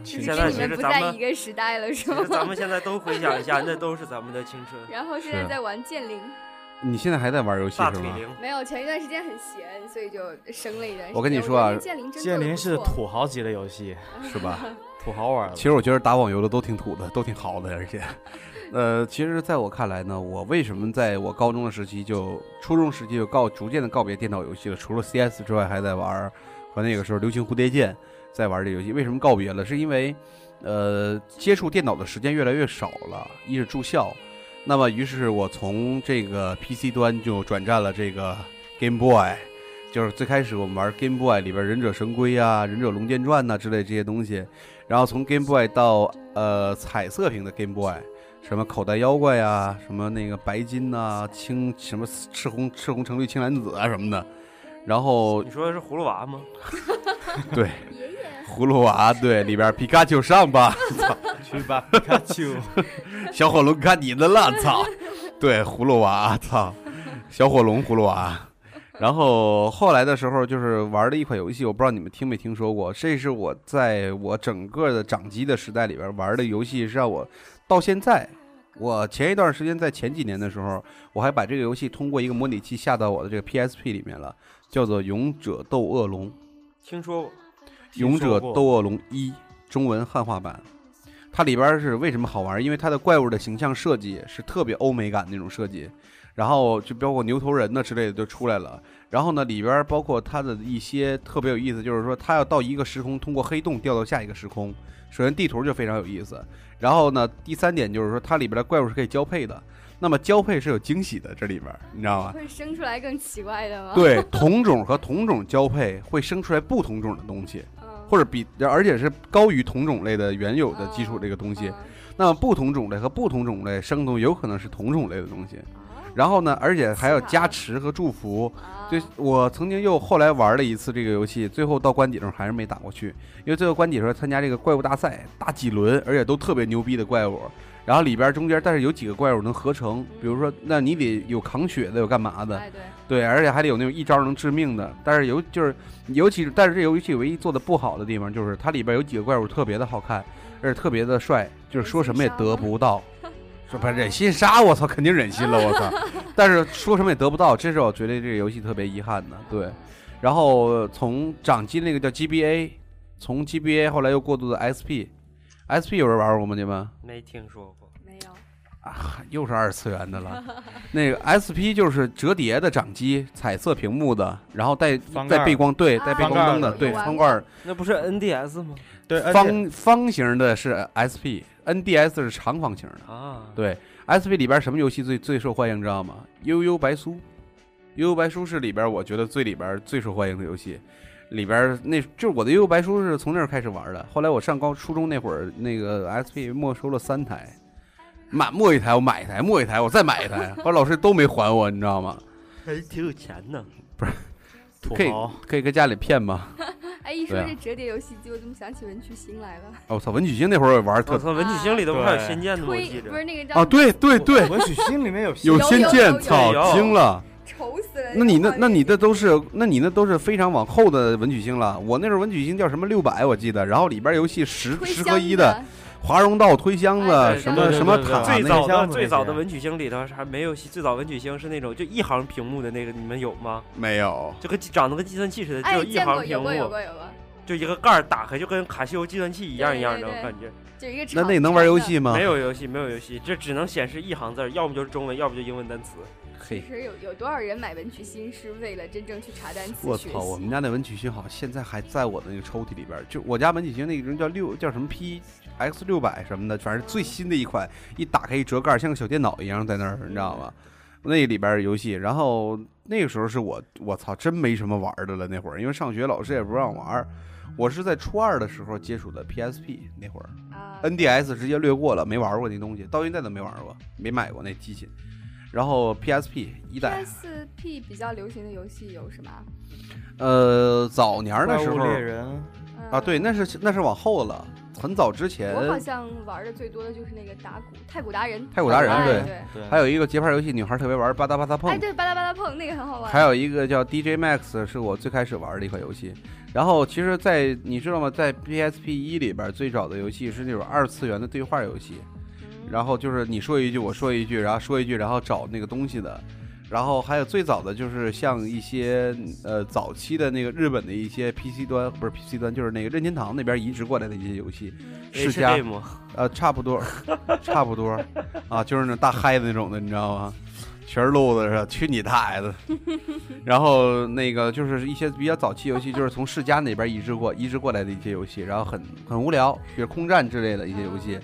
A: 青春 呐
D: 就是
E: 现
D: 跟你们
E: 在其实
D: 不
E: 咱
D: 在
E: 们
D: 一个时代了，是
E: 其
D: 吗
E: 实？咱们现在都回想一下，那都是咱们的青春。
D: 然后现在
A: 是
D: 在玩剑灵，
A: 你现在还在玩游戏
E: 大
A: 是
E: 腿
A: 吗？
E: 灵，
D: 没有前一段时间很闲，所以就生了一段时间。
A: 我跟你
D: 觉
A: 说啊
D: 得剑灵真
F: 剑
D: 做得
F: 灵
D: 不
F: 是
D: 错
F: 土豪级的游戏，
A: 是吧？
F: 土豪玩
A: 其实
F: 的。
A: 我觉得打网游的都挺土的，都挺豪的，而且，呃，其实在我看来呢，我为什么在我高中的时期就初中时期就告逐渐的告别电脑游戏了？除了 CS 之外，还在玩儿和那个时候流行蝴蝶剑，在玩这游戏。为什么告别了？是因为，呃，接触电脑的时间越来越少了，一是住校，那么于是我从这个 PC 端就转战了这个 Game Boy。就是最开始我们玩 Game Boy 里边忍者神龟啊、忍者龙剑传呐、之类这些东西，然后从 Game Boy 到呃彩色屏的 Game Boy，什么口袋妖怪呀、什么那个白金呐、青什么赤红赤红橙绿青蓝紫啊什么的，然后
E: 你说的是葫芦娃吗？
A: 对
D: 爷爷
A: 葫芦娃对里边皮卡丘上吧，
F: 去吧，皮卡丘。
A: 小火龙看你的了，操！对，葫芦娃，啊操，小火龙葫芦娃。啊然后后来的时候，就是玩了一款游戏，我不知道你们听没听说过，这是我在我整个的掌机的时代里边玩的游戏，是让我到现在。我前一段时间，在前几年的时候，我还把这个游戏通过一个模拟器下到我的这个 PSP 里面了，叫做《勇者斗恶龙》。
E: 听说过，
A: 《勇者
F: 听说过
A: 斗恶龙一》中文汉化版，它里边是为什么好玩？因为它的怪物的形象设计是特别欧美感那种设计，然后就包括牛头人呐之类的就出来了。然后呢，里边包括它的一些特别有意思，就是说它要到一个时空，通过黑洞掉到下一个时空。首先地图就非常有意思，然后呢，第三点就是说它里边的怪物是可以交配的，那么交配是有惊喜的，这里边你知道 吗？
D: 会生出来更奇怪的吗？
A: 对，同种和同种交配会生出来不同种的东西。
D: 嗯，
A: 或者比，而且是高于同种类的原有的基础这个东
D: 哦
A: 西。那么不同种类和不同种类生动有可能是同种类的东西。
D: 嗯，啊
A: 然后呢，而且还有加持和祝福。就我曾经又后来玩了一次这个游戏，最后到关底的时候还是没打过去，因为最后关底的时候参加这个怪物大赛，打几轮，而且都特别牛逼的怪物。然后里边中间，但是有几个怪物能合成，比如说，那你得有扛血的，有干嘛的，
D: 哎对，
A: 对，而且还得有那种一招能致命的。但是尤就是，尤其是但是这游戏唯一做的不好的地方，就是它里边有几个怪物特别的好看，而且特别的帅，就是说什么也得不到。说不忍心杀我操，肯定忍心了我操！但是说什么也得不到，这是我觉得这个游戏特别遗憾的。对，然后从掌机那个叫 GBA，从 GBA 后来又过渡到 SP，SP 有人玩过吗？你们？
E: 没听说过。
D: 没有，
A: 啊，又是二次元的了。 那个 SP 就是折叠的掌机，彩色屏幕的，然后带
F: 翻盖
A: 带
F: 儿
A: 背光，对，带
D: 啊
A: 背光灯的，
F: 翻盖儿的
A: 对，
D: 有玩
A: 方块儿
E: 那不是 NDS 吗？
F: 对，而且
A: 方方形的是 SP，NDS 是长方形的。
E: 啊，
A: 对，SP 里边什么游戏最最受欢迎，你知道吗？悠悠白书，悠悠白书是里边我觉得最里边最受欢迎的游戏。里边那就是我的悠悠白书是从那儿开始玩的，后来我上高初中那会儿，那个 SP 没收了三台，买没一台我买一台，没一台我再买一台，后来老师都没还我，你知道吗？
E: 还挺有钱呢。
F: 土
A: 可以
F: 豪
A: 可以跟家里骗吗？
D: 哎，一
A: 对
D: 说
A: 啊
D: 这折叠游戏机，我怎么想起文曲星来了？
A: 哦我操，文曲星那会儿我也玩得特
E: 我操，文曲星里头不还有
F: 对
E: 仙剑呢吗？我记
D: 推不
E: 着。
D: 是那个叫
A: 啊，对对对，
F: 文曲星里面有
A: 有
D: 有
A: 仙
D: 有
A: 剑
D: 有，
A: 操，
E: 有
A: 惊了。
D: 愁死了。
A: 那你那
D: 个
A: 那你
D: 画
A: 那
D: 面
A: 都是那你那都是非常往后的文曲星了。我那时候文曲星叫什么六百我记得，然后里边游戏十
D: 推
A: 十
D: 箱
A: 合一的，华容道推箱子、
D: 哎对
A: 什
D: 对
A: 么
F: 对
A: 什么
F: 对对
A: 塔
E: 最
F: 对
A: 那
E: 早
F: 箱
E: 的
F: 子那
E: 最早的
F: 些
E: 文曲星里头还没有，最早文曲星是那种就一行屏幕的那个，你们有吗？
A: 没有
E: 就跟长得跟计算器似的，只
D: 哎，
E: 有一
D: 见过
E: 行
D: 有
E: 屏
D: 过有
E: 幕，
D: 过有过，
E: 就一个盖儿打开，就跟卡西欧计算器一样一样的
D: 对对对
E: 感觉。
D: 就一个
A: 那
D: 长
A: 那能玩游？戏吗？
E: 没有游戏，没有游戏，这只能显示一行字儿，要么就是中文，要不就英文单词。
A: 嘿
D: 其，实有有多少人买文曲星是为了真正去查单词
A: 我
D: 学
A: 操！我
D: 习
A: 们家那文曲星好像现在还在我的那个抽屉里边儿，就我家文曲星那个人叫六叫什么 P X 六百什么的，反正最新的一款，一打开一折盖儿，像个小电脑一样在那儿，你知道吗？那里边儿游戏，然后那个时候是我我操，真没什么玩儿的了。那会儿因为上学老师也不让玩儿，我是在初二的时候接触的 PSP，那会儿
D: 啊？
A: NDS 直接略过了，没玩过那东西，到现在都没玩过，没买过那机器。然后 PSP 一代，
D: PSP 比较流行的游戏有什么？
A: 呃，早年儿
F: 怪
A: 的时
F: 物
A: 候
F: 猎人，
D: 嗯
A: 啊，对，那是那是往后了。很早之前
D: 我好像玩的最多的就是那个打鼓，太鼓达人，
A: 太鼓达人
D: 哎
A: 对
D: 对，
F: 对，
A: 还有一个节拍游戏，女孩特别玩吧嗒吧嗒碰
D: 哎，对，吧嗒吧嗒碰那个很好玩。
A: 还有一个叫 DJ Max，是我最开始玩的一款游戏。然后其实在，你知道吗？在 PSP 一里边最早的游戏是那种二次元的对话游戏，然后就是你说一句我说一句，然后说一句，然后找那个东西的。然后还有最早的就是像一些呃早期的那个日本的一些 PC 端不是 PC 端，就是那个任天堂那边移植过来的一些游戏，世
E: H
A: 嘉
E: game
A: 呃差不多，差不多啊，就是那种大嗨的那种的，你知道吗？全是路子是吧？去你大爷的！然后那个就是一些比较早期游戏，就是从世嘉那边移植过移植过来的一些游戏，然后很很无聊，比如空战之类的一些游戏，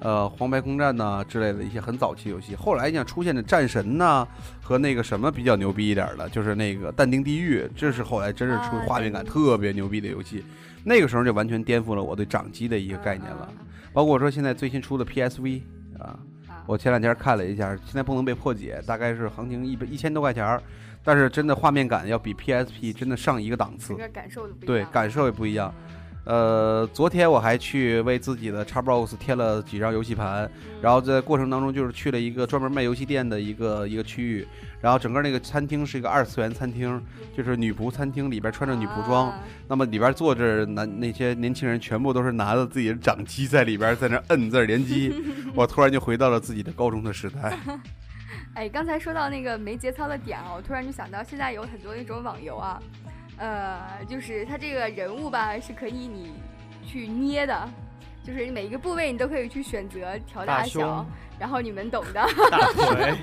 A: 呃，黄牌空战呐、之类的一些很早期游戏。后来你想出现的战神呐、和那个什么比较牛逼一点的，就是那个但丁地狱，这是后来真是出
D: 啊
A: 画面感特别牛逼的游戏，那个时候就完全颠覆了我对掌机的一个概念了。包括说现在最新出的 PSV 啊，
D: 啊
A: 我前两天看了一下，现在不能被破解，大概是行情一百一千多块钱儿，但是真的画面感要比 PSP 真的上一个档次
D: 整，个感受都不一
A: 对，
D: 样
A: 感受也不一样。呃，昨天我还去为自己的 Xbox 贴了几张游戏盘，然后在过程当中就是去了一个专门卖游戏店的一个一个区域，然后整个那个餐厅是一个二次元餐厅，就是女仆餐厅，里边穿着女仆装，
D: 啊
A: 那么里边坐着男那些年轻人，全部都是拿着自己的掌机在里边在那摁字儿连 击，我突然就回到了自己的高中的时代。
D: 哎，刚才说到那个没节操的点啊，我突然就想到，现在有很多那种网游啊，呃，就是它这个人物吧是可以你去捏的，就是每一个部位你都可以去选择调
F: 大
D: 小
F: 胸，、
D: 然后你们懂的。
F: 大腿，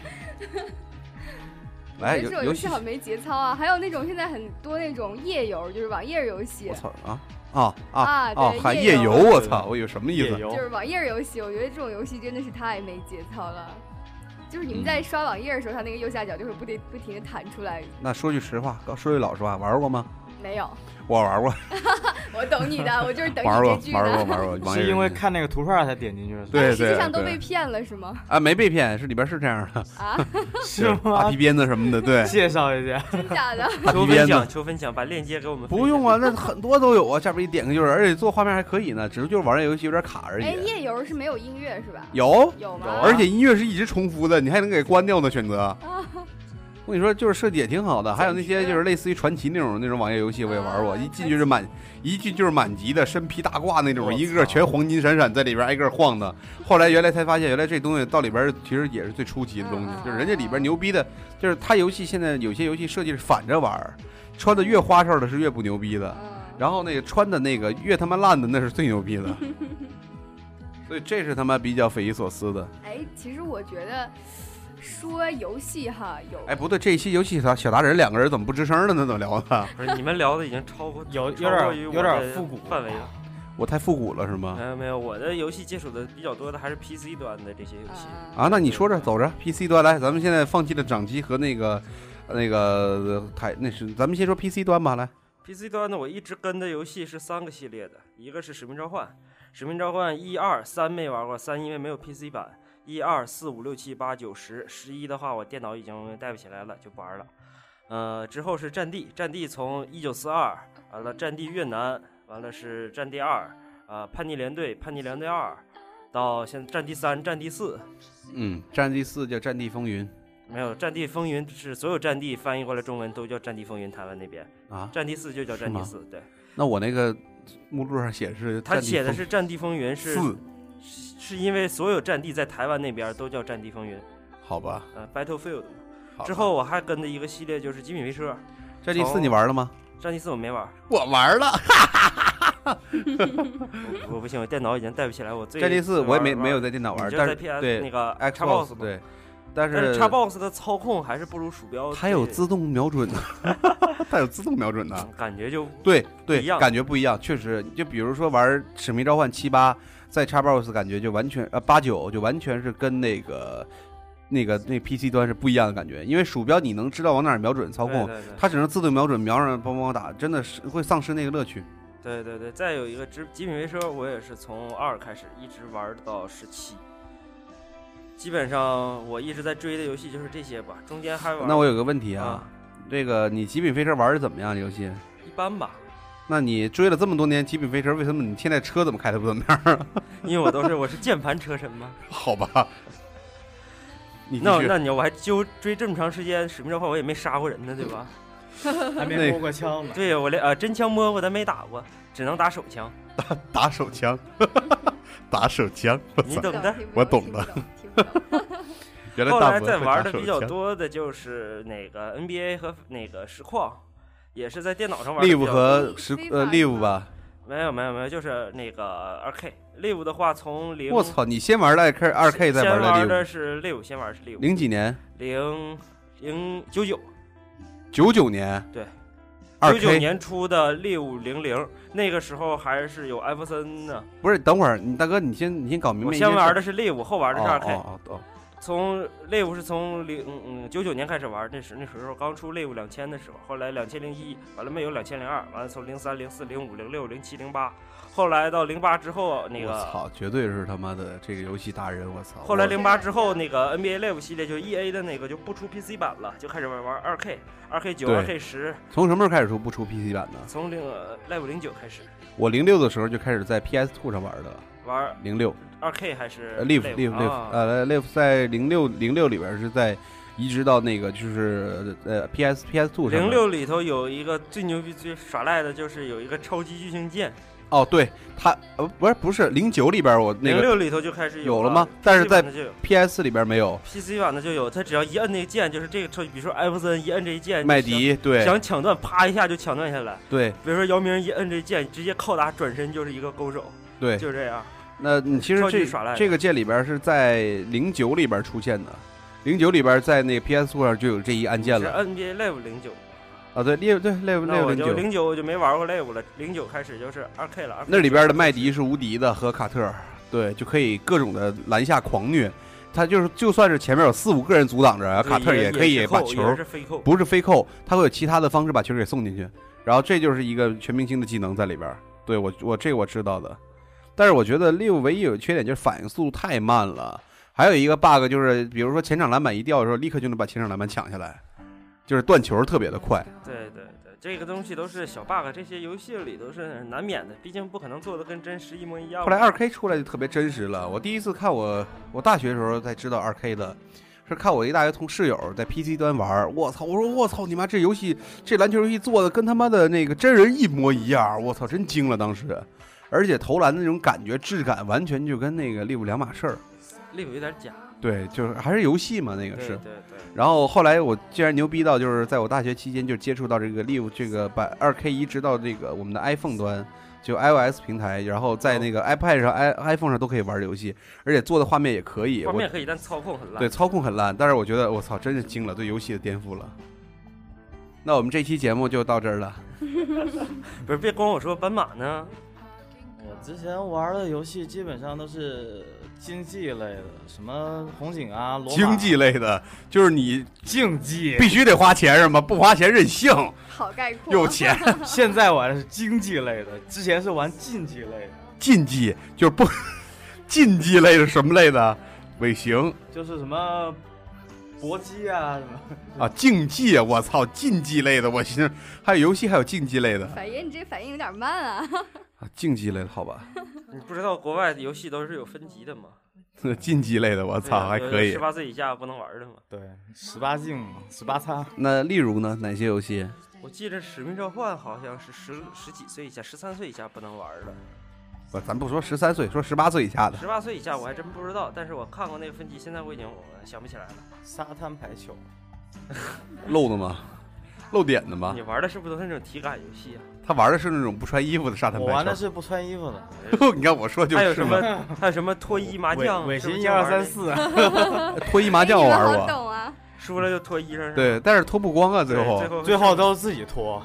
A: 来，
D: 这
A: 游
D: 种
A: 游
D: 游
A: 戏
D: 戏，好没节操啊！还有那种现在很多那种页游，就是网页游戏
A: 我，操啊啊啊
D: 啊
A: 啊！
D: 对
A: 喊
D: 夜
A: 夜游，
D: 游
A: 我操，我有什么意
F: 夜
A: 思？
F: 游
D: 就是网页游戏。我觉得这种游戏真的是太没节操了。就是你
A: 嗯
D: 们在刷网页的时候，它那个右下角就会不停不停的弹出来，
A: 那说句实话，说句老实话，玩过吗？
D: 没有，
A: 我玩过，
D: 我懂你的， 我就是等你
A: 玩过
D: 这，句
A: 玩过，
D: 的。
A: 玩过。 网页
F: 是因为
A: 游戏
F: 看那个图片才点进去的，
A: 对
D: 实际
A: 对
D: 上都
A: 对
D: 被骗了是吗？
A: 啊，没被骗，是里边是这样的，
D: 啊，
F: 是
A: 大
F: 吗
A: 皮？鞭子什么的， 对，
F: 介绍一下，
D: 真假的？
A: 大
E: 求
A: 皮
E: 分
A: 鞭子
E: 享，。求分享，把链接给我们。
A: 不用啊，，那很多都有啊，下边一点个就是，而且做画面还可以呢，只是就是玩这游戏有点卡而
D: 哎，
A: 已。
D: 夜游是没有音乐是吧？
A: 有，
D: 有吗？
A: 而且音乐是一直重复的，你还能给关掉呢？选择。
D: 哦
A: 我跟你说，就是设计也挺好的，还有那些就是类似于传奇那种那种网页游戏，我也玩过，
D: 啊
A: 一进就是满，一进就是满级的，身披大褂那
F: 我
A: 种，
F: 操
A: 一个个全黄金闪闪，在里边挨个晃的。后来原来才发现，原来这东西到里边其实也是最初级的东西
D: 嗯嗯，
A: 就是人家里边牛逼的，就是他游戏现在有些游戏设计是反着玩儿，穿的越花哨的是越不牛逼的，
D: 嗯，
A: 然后那个穿的那个越他妈烂的那是最牛 逼的，所以这是他妈比较匪夷所思的。
D: 哎，其实我觉得说游戏哈有，
A: 哎，不对，这一期游戏小小达人两个人怎么不吱声了呢？怎么聊呢？
E: 不是你们聊的已经超过
F: 有有
E: 超过于
F: 点
E: 我
F: 有点
E: 的
F: 复古
E: 范围了。
A: 我太复古了是吗
E: 没？呃有没有，我的游戏接触的比较多的还是 PC 端的这些游戏。
A: 啊，那你说着走着，PC 端来，咱们现在放弃了掌机和那个呃那个台，那是咱们先说 PC 端吧，来，
E: PC 端呢，我一直跟的游戏是三个系列的，一个是《使命召唤》，《使命召唤》一二三没玩过，三因为没有 PC 版，一二四五六七八九十十一的话，我电脑已经带不起来了，就不玩了。呃，之后是《战地》，《战地》从一九四二完了，《战地越南》完了是《战地二》啊，《叛逆联队》《叛逆联队二》，到现在《战地三》《战地四》，
A: 嗯，《战地四》叫《战地风云
E: 没有，《战地风云》是所有《战地》翻译过来中文都叫《战地风云》，台湾那边，
A: 啊，
E: 《战地四》就叫《战地
A: 是
E: 四》，对，
A: 那我那个目录上写的是《
E: 他
A: 战地
E: 写的
A: 风
E: 是《战地风云》是，
A: 四》，
E: 是是因为所有战地在台湾那边都叫《战地风云》，
A: 好吧？
E: 呃，Battlefield 嘛。
A: 好吧
E: 之后我还跟的一个系列就是《极品飞车
A: 《战地四》你玩了吗？》，
E: 战地四我没玩儿，
A: 我玩了，
E: 我我不行，我电脑已经带不起来。我最
A: 《战地四》我也没
E: 玩儿
A: 没有在电脑玩
E: 你，就
A: 但
E: 在
A: 是
E: PS 那
A: 对
E: 个
A: Xbox
E: 嘛，
A: 对，但
E: 但是
A: 是
E: Xbox 的操控还是不如鼠标，
A: 它有自动瞄准的， 它有自动瞄准的。
E: 嗯感觉就
A: 对
E: 不
A: 对
E: 一，样
A: 感觉不一样，确实。就比如说玩《使命召唤》七八，在 Xbox 感觉就完全呃八九就完全是跟那个那个那 PC 端是不一样的感觉，因为鼠标你能知道往哪儿瞄准操控，
E: 对对对
A: 它只能自动瞄准，瞄上梆梆打，真的是会丧失那个乐趣。
E: 对对对，再有一个《极极品飞车》，我也是从二开始一直玩到十七，基本上我一直在追的游戏就是这些吧。中间还玩
A: 那我有个问题啊，
E: 啊
A: 这个你《极品飞车》玩的怎么样？这游戏
E: 一般吧，
A: 那你追了这么多年极品飞车，为什么你现在车怎么开的不怎么样？
E: 因为我都是我是键盘车神嘛。
A: 好吧， 你继
E: 那
A: 续
E: 那你我还就追这么长时间《使命召唤》，我也没杀过人呢，对吧？
A: 那
F: 还没摸过枪呢。
E: 对呀，我连呃真枪摸过，但没打过，只能打手枪。
A: 打手枪， 打手枪，我
E: 你
A: 操！
E: 懂的。
D: 听不
A: 我
D: 懂
A: 懂的，
D: 听不懂听不懂
A: 原来
E: 后
A: 大
E: 来
A: 部
E: 在
A: 分
E: 玩
A: 打
E: 的
A: 手
E: 比较
A: 枪。
E: 多的就是那个 NBA 和那个实况，也是在电脑上玩的比较
A: live
E: 多。
A: 和十呃 live 吧，
E: 没有没有没有，就是那个二 K live 的话，从零
A: 我操！你先玩的 K 二 K，再
E: 先
A: 玩的
E: 玩的
A: live。
E: 是 live，先玩的是 live
A: 零几年？
E: 零零九九
A: 九九年？
E: 对，
A: 二
E: 九九
A: K
E: 年出的 live 零零，那个时候还是有艾弗森呢。
A: 不是？等会儿，你大哥，你先你先搞明白
E: 我
A: 一件事。
E: 先玩的是 live，后玩的是二 K。
A: 哦哦哦
E: 从 live 是从零嗯九九年开始玩，那时那时候刚出 live 两千的时候，后来两千零一，完了没有两千零二，完了从零三、零四、零五、零六、零七、零八，后来到零八之后那
A: 我
E: 个，
A: 操，绝对是他妈的这个游戏达人！我操！
E: 后来
A: 我
E: 零八之后那个 NBA live 系列就 E A 的那个就不出 P C 版了，就开始玩玩二 K、二 K 九、
A: 对
E: 二 K 十，
A: 从什么时候开始出不出 PC 版的？
E: 从零呃 live 零九开始
A: 我零六的时候就开始在 PS Two 上玩的了。
E: 玩
A: 零六
E: 二 K 还是
A: 呃 live live live
E: 啊
A: 呃 live 在零六零六里边是在移植到那个就是呃 PS PS Two 上面。
E: 零六里头有一个最牛逼、最耍赖的，就是有一个超级巨星剑。
A: 哦，对，它呃不是不是零九里边我那
E: 零
A: 个
E: 六里头就开始
A: 有了
E: 了
A: 吗但是
E: PC
A: 在
E: 版的就有
A: PS 里边没有
E: PC 版的就有，他只要一摁那个键，就是这个车，比如说艾弗森一摁这一键，
A: 麦
E: 就想
A: 迪，对
E: 想抢断，啪一下就抢断下来。
A: 对
E: 比如说姚明一摁这键，直接扣打，转身就是一个勾手，
A: 对。
E: 就这样。
A: 那你其实
E: 超级
A: 这
E: 耍赖的
A: 这个键里边是在零九里边出现的，零九里边在那个 PS Two 上就有这一按键
E: 是
A: 了
E: NBA Live 零九，
A: 啊，对 live 对 live
E: 那
A: live
E: 我
A: 零
E: 就
A: 九。
E: 零九我就没玩过 Live 了，零九开始就是二 K 了。2K
A: 那里边的麦迪是无敌的，和卡特，对，就可以各种的篮下狂虐。他就是，就算是前面有四五个人阻挡着，
E: 对
A: 卡特
E: 也
A: 可以
E: 是
A: 把
E: 扣
A: 球
E: 也是飞扣。
A: 不是飞扣，他会有其他的方式把球给送进去。然后这就是一个全明星的技能在里边儿。对我，我这我知道的。但是我觉得六唯一有缺点就是反应速度太慢了，还有一个 bug 就是，比如说前场篮板一掉的时候，立刻就能把前场篮板抢下来，就是断球特别的快。
E: 对对对，这个东西都是小 bug，这些游戏里都是难免的，毕竟不可能做的跟真实一模一样嘛。
A: 后来二 K 出来就特别真实了。我第一次看我我大学的时候才知道二 K 的，是看我一大学同室友在 PC 端玩儿。我操！我说我操你妈！这游戏这篮球游戏做的跟他妈的那个真人一模一样。我操！真惊了当时，而且投篮的那种感觉质感完全就跟那个 Live 两码事儿。
E: Live 有点假，
A: 对，就是还是游戏嘛，那个
E: 对
A: 是
E: 对。对。
A: 然后后来我竟然牛逼到，就是在我大学期间就接触到这个 Live 这个把二 K 移植到这个我们的 iPhone 端，就 iOS 平台，然后在
E: 哦
A: 那个 iPad 上、i iPhone 上都可以玩游戏，而且做的画面也可以。
E: 画
A: 我
E: 面可以，但操控很烂。
A: 对，操控很烂，但是我觉得我操，真是惊了，对游戏的颠覆了。那我们这期节目就到这儿了。
E: 不是别光我说斑马呢，
F: 我之前玩的游戏基本上都是竞技类的，什么红警啊、罗马
A: 经济类的，就是你
F: 竞技。
A: 必须得花钱是吗？不花钱任性，啊
D: 好概 括。
A: 有钱。
F: 现在玩的是经济类的，之前是玩竞技类的，
A: 禁忌就是不 禁忌类的什么类的？尾行。
F: 就是什么搏击啊什么。
A: 啊，竞技，我操，竞技类的，我寻思还有游戏，还有竞技类的
D: 反应，你这反应有点慢啊！
A: 啊，竞技类的好吧，
E: 你不知道国外的游戏都是有分级的吗？
A: 竞技类的，我操，还可以
E: 十。八岁以下不能玩的吗？
F: 对，十八禁，十八叉。
A: 那例如呢，哪些游戏？
E: 我记着《使命召唤》好像是十十几岁以下，十三岁以下不能玩的。
A: 不，咱不说十三岁，说十八岁以 下的。
E: 十八岁以下我还真不知道，但是我看过那个分级，现在我已经呃想不起来了。
F: 沙滩排球，
A: 露的吗？露点的吗
E: 你？玩的是不是都是那种体感游戏啊？
A: 他玩的是那种不穿衣服的沙滩
F: 我
A: 排球。
F: 玩的是不穿衣服的，
A: 你看我说就
E: 还有
A: 是
E: 什
A: 嘛，
E: 么还有什么脱衣麻将？
F: 尾尾
E: 是不是
F: 行一
E: 就玩
F: 二
E: 那
F: 三
E: 个，
F: 四，
A: 脱衣麻 将我
D: 你
A: 玩
D: 好
A: 过，
D: 懂啊！
E: 输了就脱衣裳是吧。
A: 对，但是脱不光啊，
E: 对
A: 最后
E: 最后
F: 最后都是自己脱。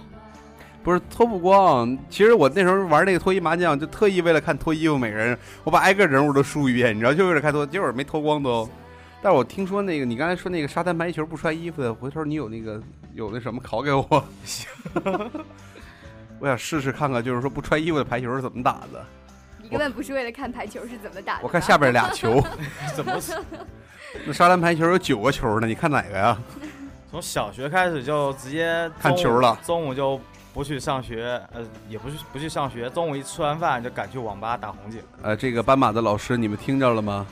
A: 不是脱不光。其实我那时候玩那个脱衣麻将，就特意为了看脱衣服每个人，我把挨个人物都输一遍，你知道，就为了看脱，结果没脱光都。但是我听说那个你刚才说那个沙滩排球不穿衣服的，回头你有那个有那什么考给我， 我想试试看看，就是说不穿衣服的排球是怎么打的。
D: 你根本不是为了看排球是怎么打的吧。
A: 我看下边俩球，
F: 怎么
A: 那沙滩排球有九个球呢，你看哪个呀？
F: 从小学开始就直接
A: 看球了
F: 中午中午就不去上学，呃，也不去不去上学，中午一吃完饭就赶去网吧打红警，
A: 呃，这个斑马的老师，你们听着了吗？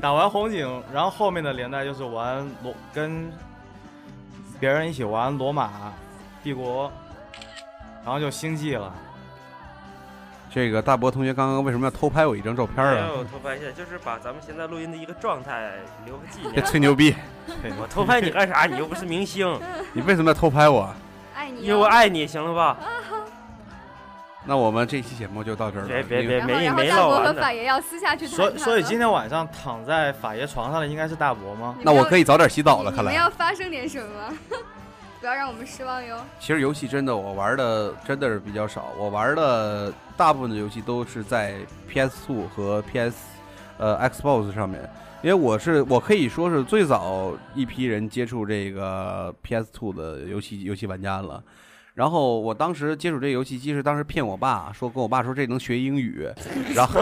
F: 打完红警，然后后面的连带就是玩罗跟别人一起玩罗马帝国，然后就星际了。
A: 这个大伯同学刚刚为什么要偷拍我一张照片
E: 没
A: 啊？
E: 有偷拍一下，就是把咱们现在录音的一个状态留个纪
A: 别
E: 念。
A: 吹牛逼！
F: 对
E: 我偷拍你干啥？你又不是明星，
A: 你为什么要偷拍我？
D: 爱你、哦，
E: 因为我爱你，行了吧？
A: 那我们这期节目就到这儿了。
E: 别别
A: 因为
D: 然
E: 别
D: 后
E: 没
D: 然后
E: 没
D: 大
E: 唠
D: 伯和
E: 完
D: 法
E: 呢。
D: 爷要私下去谈
F: 所以
D: 谈
F: 所以
D: 了
F: 今天晚上躺在法爷床上的应该是大伯吗？
D: 你
A: 那
D: 们
A: 我
D: 要
A: 可以早点洗澡了，
D: 你
A: 看
D: 们
A: 来。
D: 要发生点什么， 不要让我们失望哟。
A: 其实游戏真的我玩的真的是比较少，我玩的大部分的游戏都是在 PS2 和 PS 呃 Xbox 上面，因为我是我可以说是最早一批人接触这个 PS2 的游戏游戏玩家了。然后我当时接触这个游戏机是当时骗我爸说跟我爸说这能学英语，然后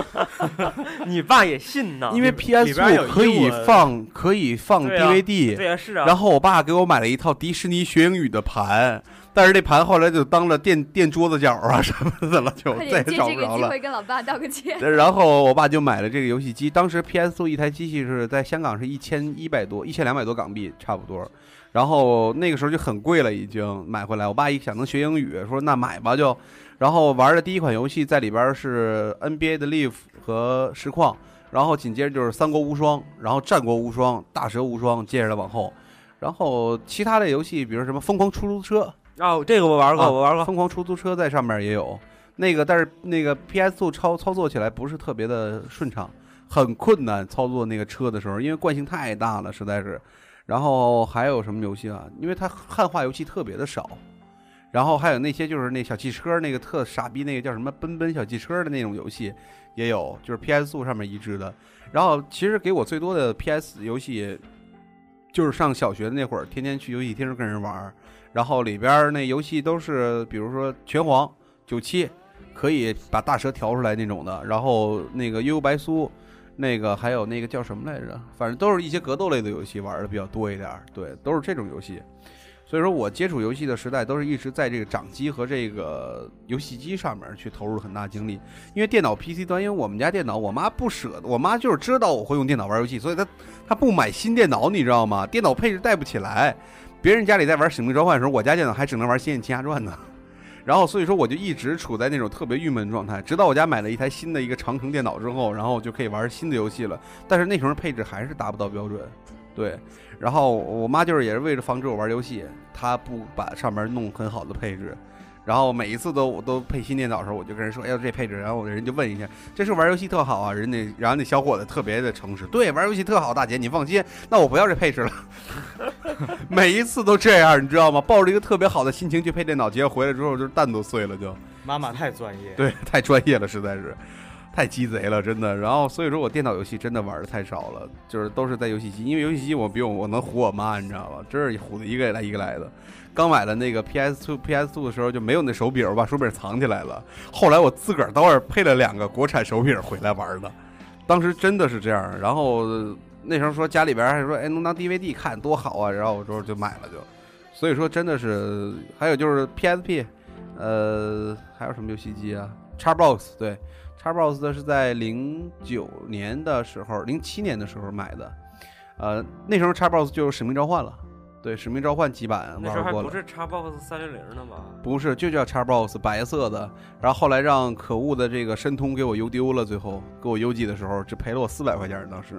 E: 你爸也信呢？
A: 因 为
F: 边
A: PS 2
F: 有
A: 可
F: 英
A: 以
F: 文
A: 放可以放
E: 对啊
A: DVD，
E: 对啊，是啊。
A: 然后我爸给我买了一套迪士尼学英语的盘，但是这盘后来就当了垫垫桌子角啊什么的了，就
D: 快
A: 再
D: 点
A: 也
D: 借
A: 找
D: 这
A: 不
D: 个
A: 着
D: 机
A: 了。
D: 会跟老爸道个歉。
A: 然后我爸就买了这个游戏机，当时 PS 2一台机器是在香港是一千一百多、一千两百多港币差不多，然后那个时候就很贵了，已经买回来。我爸一想能学英语，说那买吧就，然后玩的第一款游戏在里边是 NBA 的 Live 和实况，然后紧接着就是三国无双，然后战国无双、大蛇无双，接下来往后。然后其他的游戏，比如什么疯狂出租车，
E: 啊，这个我玩过，
A: 啊
E: 我玩过。
A: 疯狂出租车在上面也有那个，但是那个 PS 2操操作起来不是特别的顺畅，很困难操作那个车的时候，因为惯性太大了，实在是。然后还有什么游戏啊？因为它汉化游戏特别的少，然后还有那些就是那小汽车那个特傻逼那个叫什么奔奔小汽车的那种游戏也有，就是 PS 2上面移植的。然后其实给我最多的 PS 游戏，就是上小学的那会儿，天天去游戏厅跟人玩儿，然后里边儿那游戏都是比如说拳皇九七，可以把大蛇调出来那种的，然后那个幽游白书。那个还有那个叫什么来着？反正都是一些格斗类的游戏玩的比较多一点儿，对，都是这种游戏。所以说我接触游戏的时代都是一直在这个掌机和这个游戏机上面去投入很大精力，因为电脑 PC 端，因为我们家电脑，我妈不舍得，我妈就是知道我会用电脑玩游戏，所以她她不买新电脑，你知道吗？电脑配置带不起来，别人家里在玩《使命召唤》的时候，我家电脑还只能玩《仙剑奇侠传》呢。然后所以说我就一直处在那种特别郁闷的状态，直到我家买了一台新的一个长城电脑之后，然后我就可以玩新的游戏了。但是那时候配置还是达不到标准，对。然后我妈就是也是为了防止我玩游戏，她不把上面弄很好的配置。然后每一次都我都配新电脑的时候，我就跟人说：“哎呦，这配置。”然后我人就问一下：“这是玩游戏特好啊？”人家然后那小伙子特别的诚实：“对，玩游戏特好，大姐你放心，那我不要这配置了。”每一次都这样，你知道吗？抱着一个特别好的心情去配电脑，结果回来之后就是蛋都碎了就，
F: 妈妈太专业，
A: 对， 太专业了，实在是 太鸡贼了，真的。然后所以说我电脑游戏真的玩的太少了，就是都是在游戏机，因为游戏机我比我我能唬我妈，你知道吧？真是唬的一个来一个来的。刚买了那个 PS Two PS Two 的时候就没有那手柄，我把手柄藏起来了。后来我自个儿倒是配了两个国产手柄回来玩的，当时真的是这样。然后那时候说家里边还说，哎，能当 DVD 看多好啊，然后我说就买了就。所以说真的是，还有就是 PSP，呃，还有什么游戏机啊？Xbox 对，Xbox 的是在零九年的时候，零七年的时候买的，呃，那时候 Xbox 就有《使命召唤》了，对，《使命召唤》几版
E: 那时
A: 玩
E: 候还
A: 过了
E: 不。是 Xbox 三六零呢吧？
A: 不是，就叫 Xbox 白色的，然后后来让可恶的这个申通给我邮丢了，最后给我邮寄的时候只赔了我四百块钱儿当时，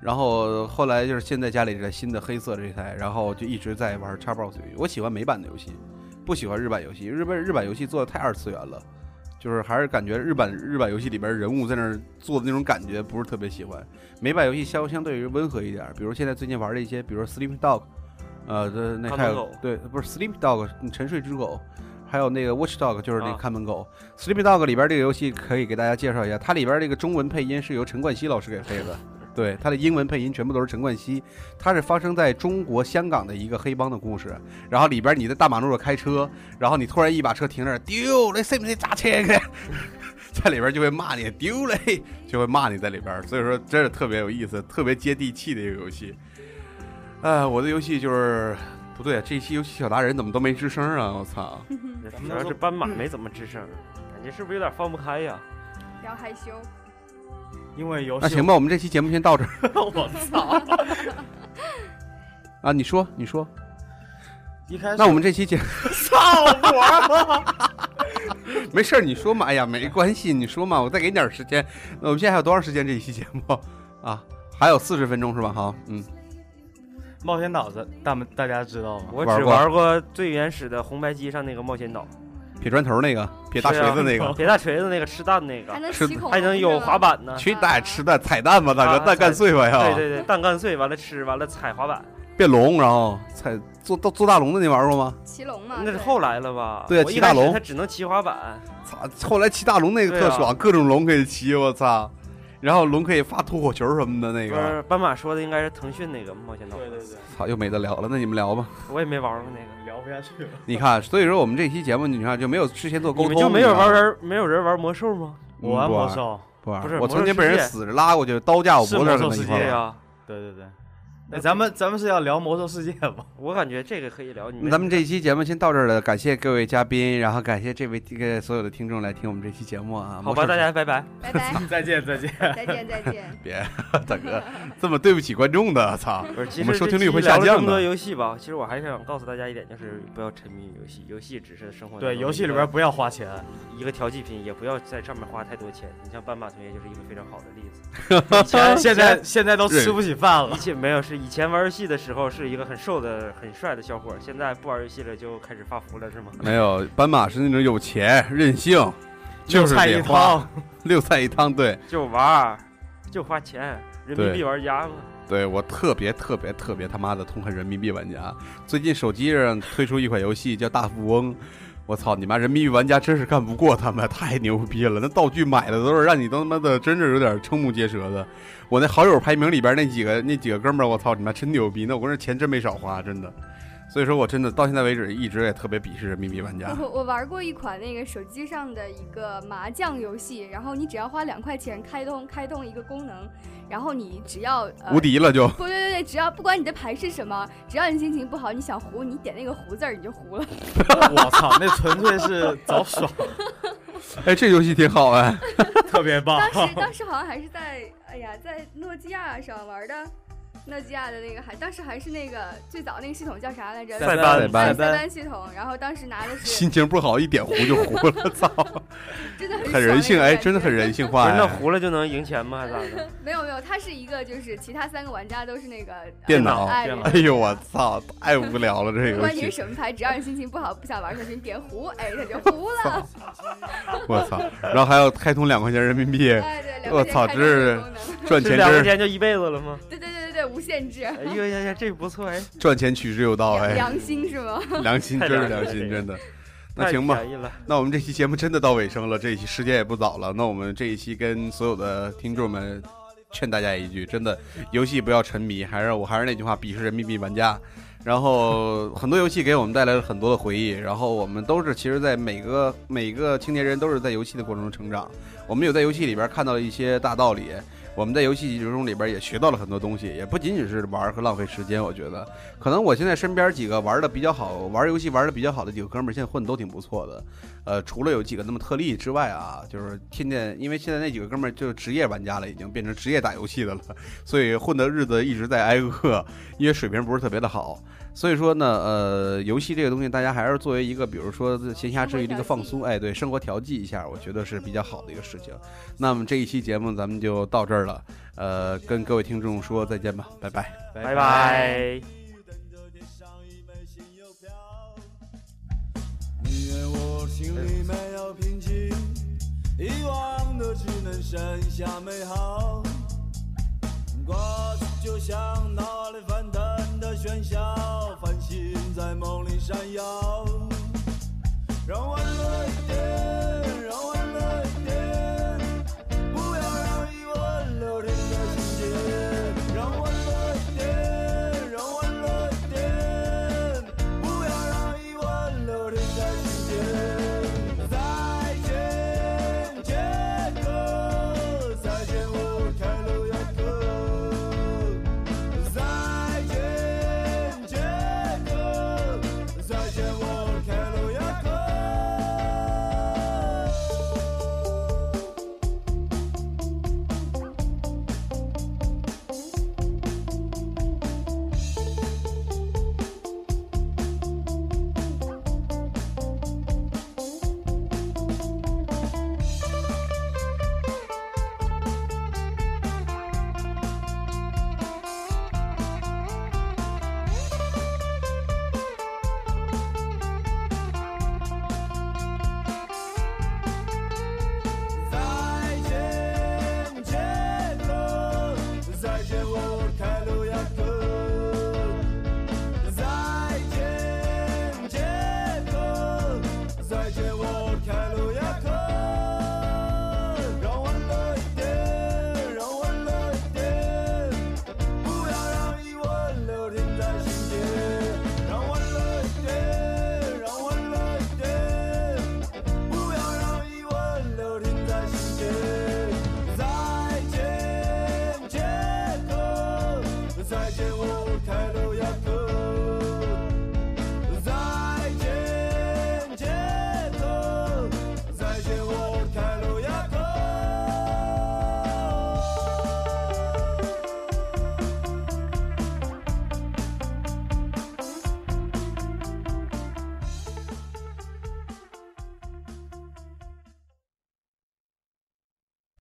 A: 然后后来就是现在家里这台新的黑色这台，然后就一直在玩 Xbox 游戏，我喜欢美版的游戏，不喜欢日版游戏，日本日版游戏做的太二次元了，就是还是感觉日版日版游戏里边人物在那儿做的那种感觉不是特别喜欢，美版游戏相相对于温和一点儿，比如现在最近玩的一些，比如说 Sleep Dog。呃，这那
E: 看
A: 还
E: 门
A: 有
E: 狗
A: 对，不是 Sleep Dog 沉睡之狗，还有那个 Watch Dog 就是那个
E: 啊
A: 看门狗。Sleep Dog 里边这个游戏可以给大家介绍一下，它里边这个中文配音是由陈冠希老师给配的，对，它的英文配音全部都是陈冠希。它是发生在中国香港的一个黑帮的故事，然后里边你在大马路上开车，然后你突然一把车停那儿，丢嘞，谁不谁砸车去？ 在里边就会骂你丢嘞，就会骂你在里边，所以说真哎是特别有意思，特别接地气的一个游戏。呃，我的游戏就是不对，这期游戏小达人怎么都没吱声啊！我操，
E: 哦主要是斑马没怎么吱声，感觉是不是有点放不开呀？
D: 比较害羞。
F: 因为游戏
A: 那行吧，我们这期节目先 到这儿
F: 我操！
A: 啊！你说，你说，
F: 一开始
A: 那我们这期节
F: 操我！
A: 没事儿，你说嘛，哎呀，没关系，你说嘛，我再给你点儿时间。那我们现在还有多长时间这一期节目啊？还有四十分钟是吧？好，嗯，
F: 冒险岛的，大们大家知道吗？
E: 我
A: 玩
E: 只
A: 过
E: 玩过最原始的红白机上那个冒险岛，
A: 撇砖头那个，撇大
E: 是
A: 锤
E: 啊
A: 子那 个，
E: 铁大锤子那个吃蛋那
D: 还
E: 个，
D: 能
A: 是
D: 吸口，
E: 还能有滑。板呢。
A: 去蛋吃蛋彩蛋吧，大哥，
E: 啊
A: 蛋干碎吧
E: 对
A: 要，
E: 对对，蛋干碎完了吃，完了踩滑板，
D: 啊
A: 变龙，然后踩做做做大龙的，你玩过吗？
D: 骑龙嘛，
E: 那是
D: 对
E: 后来了吧？
A: 对
E: 我
A: 骑
E: 一
A: 大
E: 开始
A: 龙
E: 他只能骑滑板，
A: 操！后来骑大龙那个特
E: 对啊
A: 爽，各种龙可以骑，我操！然后龙可以发吐火球什么的那
E: 不
A: 个，
E: 是斑马说的应该是腾讯那个冒险岛，
F: 对对对，
A: 操，又没得聊了。那你们聊吧。
E: 我也没玩过那个。
F: 聊不下去了。
A: 你看，所以说我们这期节目，你看就没有事先做沟
E: 你
A: 通，
E: 们就没有
A: 你知道
E: 玩
A: 吗
E: 人，没有人玩魔兽吗？
A: 嗯
F: 我玩
A: 不
F: 魔
A: 玩
F: 兽，
A: 不玩
E: 不是
A: 我曾
E: 魔兽
A: 经被人
E: 世界
A: 死着拉过去，刀架我
F: 是
A: 脖子
F: 魔
A: 上
F: 兽
A: 那一
F: 世
A: 块
F: 界
A: 儿
E: 对呀、
F: 对对对。
E: 那
F: 那咱们咱们是要聊魔兽世界吗？
E: 我感觉这个可以聊。你
A: 那咱们这期节目先到这儿了，感谢各位嘉宾，然后感谢这位这个所有的听众来听我们这期节目啊。
E: 好
A: 没
E: 吧，
A: 事
E: 大家 拜拜。
D: 拜拜，
F: 再见再见。
D: 再见再见。
A: 别 大哥这么对不起观众的， 操！
E: 不是，其
A: 我
E: 实
A: 们收听率
E: 这期
A: 会
E: 聊
A: 下
E: 了
A: 降
E: 这么多
A: 的
E: 游戏吧，其实我还是想告诉大家一点，就是不要沉迷于游戏，游戏只是生活
F: 对，
E: 当中
F: 游戏里
E: 一个
F: 边不要花钱。
E: 一个调剂品，也不要在上面花太多钱。你像斑马同学就是一个非常好的例子。以前
F: 现在现在都
A: 对
F: 吃不起饭
E: 以
F: 了。
E: 前没有是以前玩游戏的时候是一个很瘦的、很帅的小伙儿，现在不玩游戏了就开始发福了是吗？
A: 没有，斑马是那种有钱任性，就是
F: 菜
A: 得
F: 一
A: 花
F: 汤，
A: 六菜一汤。对，
E: 就玩儿，就花钱，人民
A: 对
E: 币玩家嘛。
A: 对我特别特别特别他妈的痛恨人民币玩家。最近手机上推出一款游戏叫《大富翁》，我操你妈！人民币玩家真是干不过他们，太牛逼了！那道具买的都是让你都他妈的真是有点瞠目结舌的。我那好友排名里边那几个那几个哥们儿，我操你妈真牛逼！那我跟这钱真没少花，真的。所以说我真的到现在为止一直也特别鄙视人民币玩 家。
D: 我我玩过一款那个手机上的一个麻将游戏，然后你只要花两块钱开通开通一个功能，然后你只要、呃、
A: 无敌了就，
D: 不对对对，只要不管你的牌是什么，只要你心情不好，你想胡，你点那个胡字儿你就 胡了。
F: 我操，那纯粹是找爽，
A: 哎，这游戏挺好哎，
F: 特别棒。
D: 当时当时好像还是在哎呀，在诺基亚上玩的，诺基亚的那个还当时还是那个最早那个系统叫啥来着？
E: 塞
A: 班塞
D: 塞
A: 班
D: 班系统。然后当时拿的是
A: 心情不好一点糊就糊了，操，
D: 真的很
A: 很人性 哎，真的
D: 的
A: 很人性化
E: 不
A: 哎
E: 是。那糊了就能赢钱吗？还咋的？
D: 没有没有，它是一个就是其他三个玩家都是那个呃
A: 电脑
D: 哎
E: 电脑
A: 哎呦我操，太无聊了这
D: 不
A: 个
D: 管你
A: 游
D: 是
A: 戏，
D: 什么牌，只要你心情不好，不想玩下去，你点胡，哎，它就胡 了。
A: 我操！然后还要开通两块钱人民币，
D: 哎，对，两
A: 我
D: 块钱
A: 操
D: 开
A: 这
D: 通
A: 是
D: 的功能
A: 赚
E: 这
A: 钱
E: 两块
A: 真是
E: 钱就一辈子了吗？
D: 对对对对对，无限制，
E: 哎呦呀呀，这不错哎，
A: 赚钱取之有道
D: 良
A: 哎，
D: 良心是吗？
A: 良心
E: 太
A: 真是
E: 良
A: 良
E: 心
A: 心
E: 了
A: 真的。那
E: 太
A: 行吧，
E: 便宜了。
A: 那我们这期节目真的到尾声了，这一期时间也不早了。那我们这一期跟所有的听众们劝大家一句，真的 游戏不要沉迷，还是我还是那句话，鄙视人民币玩家。然后很多游戏给我们带来了很多的回忆，然后我们都是其实，在每个每个青年人都是在游戏的过程中成长。我们有在游戏里边看到了一些大道理，我们在游戏之中里边也学到了很多东西，也不仅仅是玩和浪费时间。我觉得，可能我现在身边几个玩的比较好，玩游戏玩的比较好的几个哥们儿，现在混的都挺不错的。呃，除了有几个那么特例之外啊，就是天天，因为现在那几个哥们儿就是职业玩家了，已经变成职业打游戏的了，所以混的日子一直在挨饿，因为水平不是特别的好。所以说呢，呃，游戏这个东西，大家还是作为一个，比如说呃闲暇之余的一个放松，哎，对，生活调剂一下，我觉得是比较好的一个事情。那么这一期节目咱们就到这儿了，呃，跟各位听众说再见吧，拜拜。
E: 拜拜。
G: 你愿我心里没有平静，遗忘的只能剩下美好。过去就像脑里翻腾的喧嚣，繁星在梦里闪耀。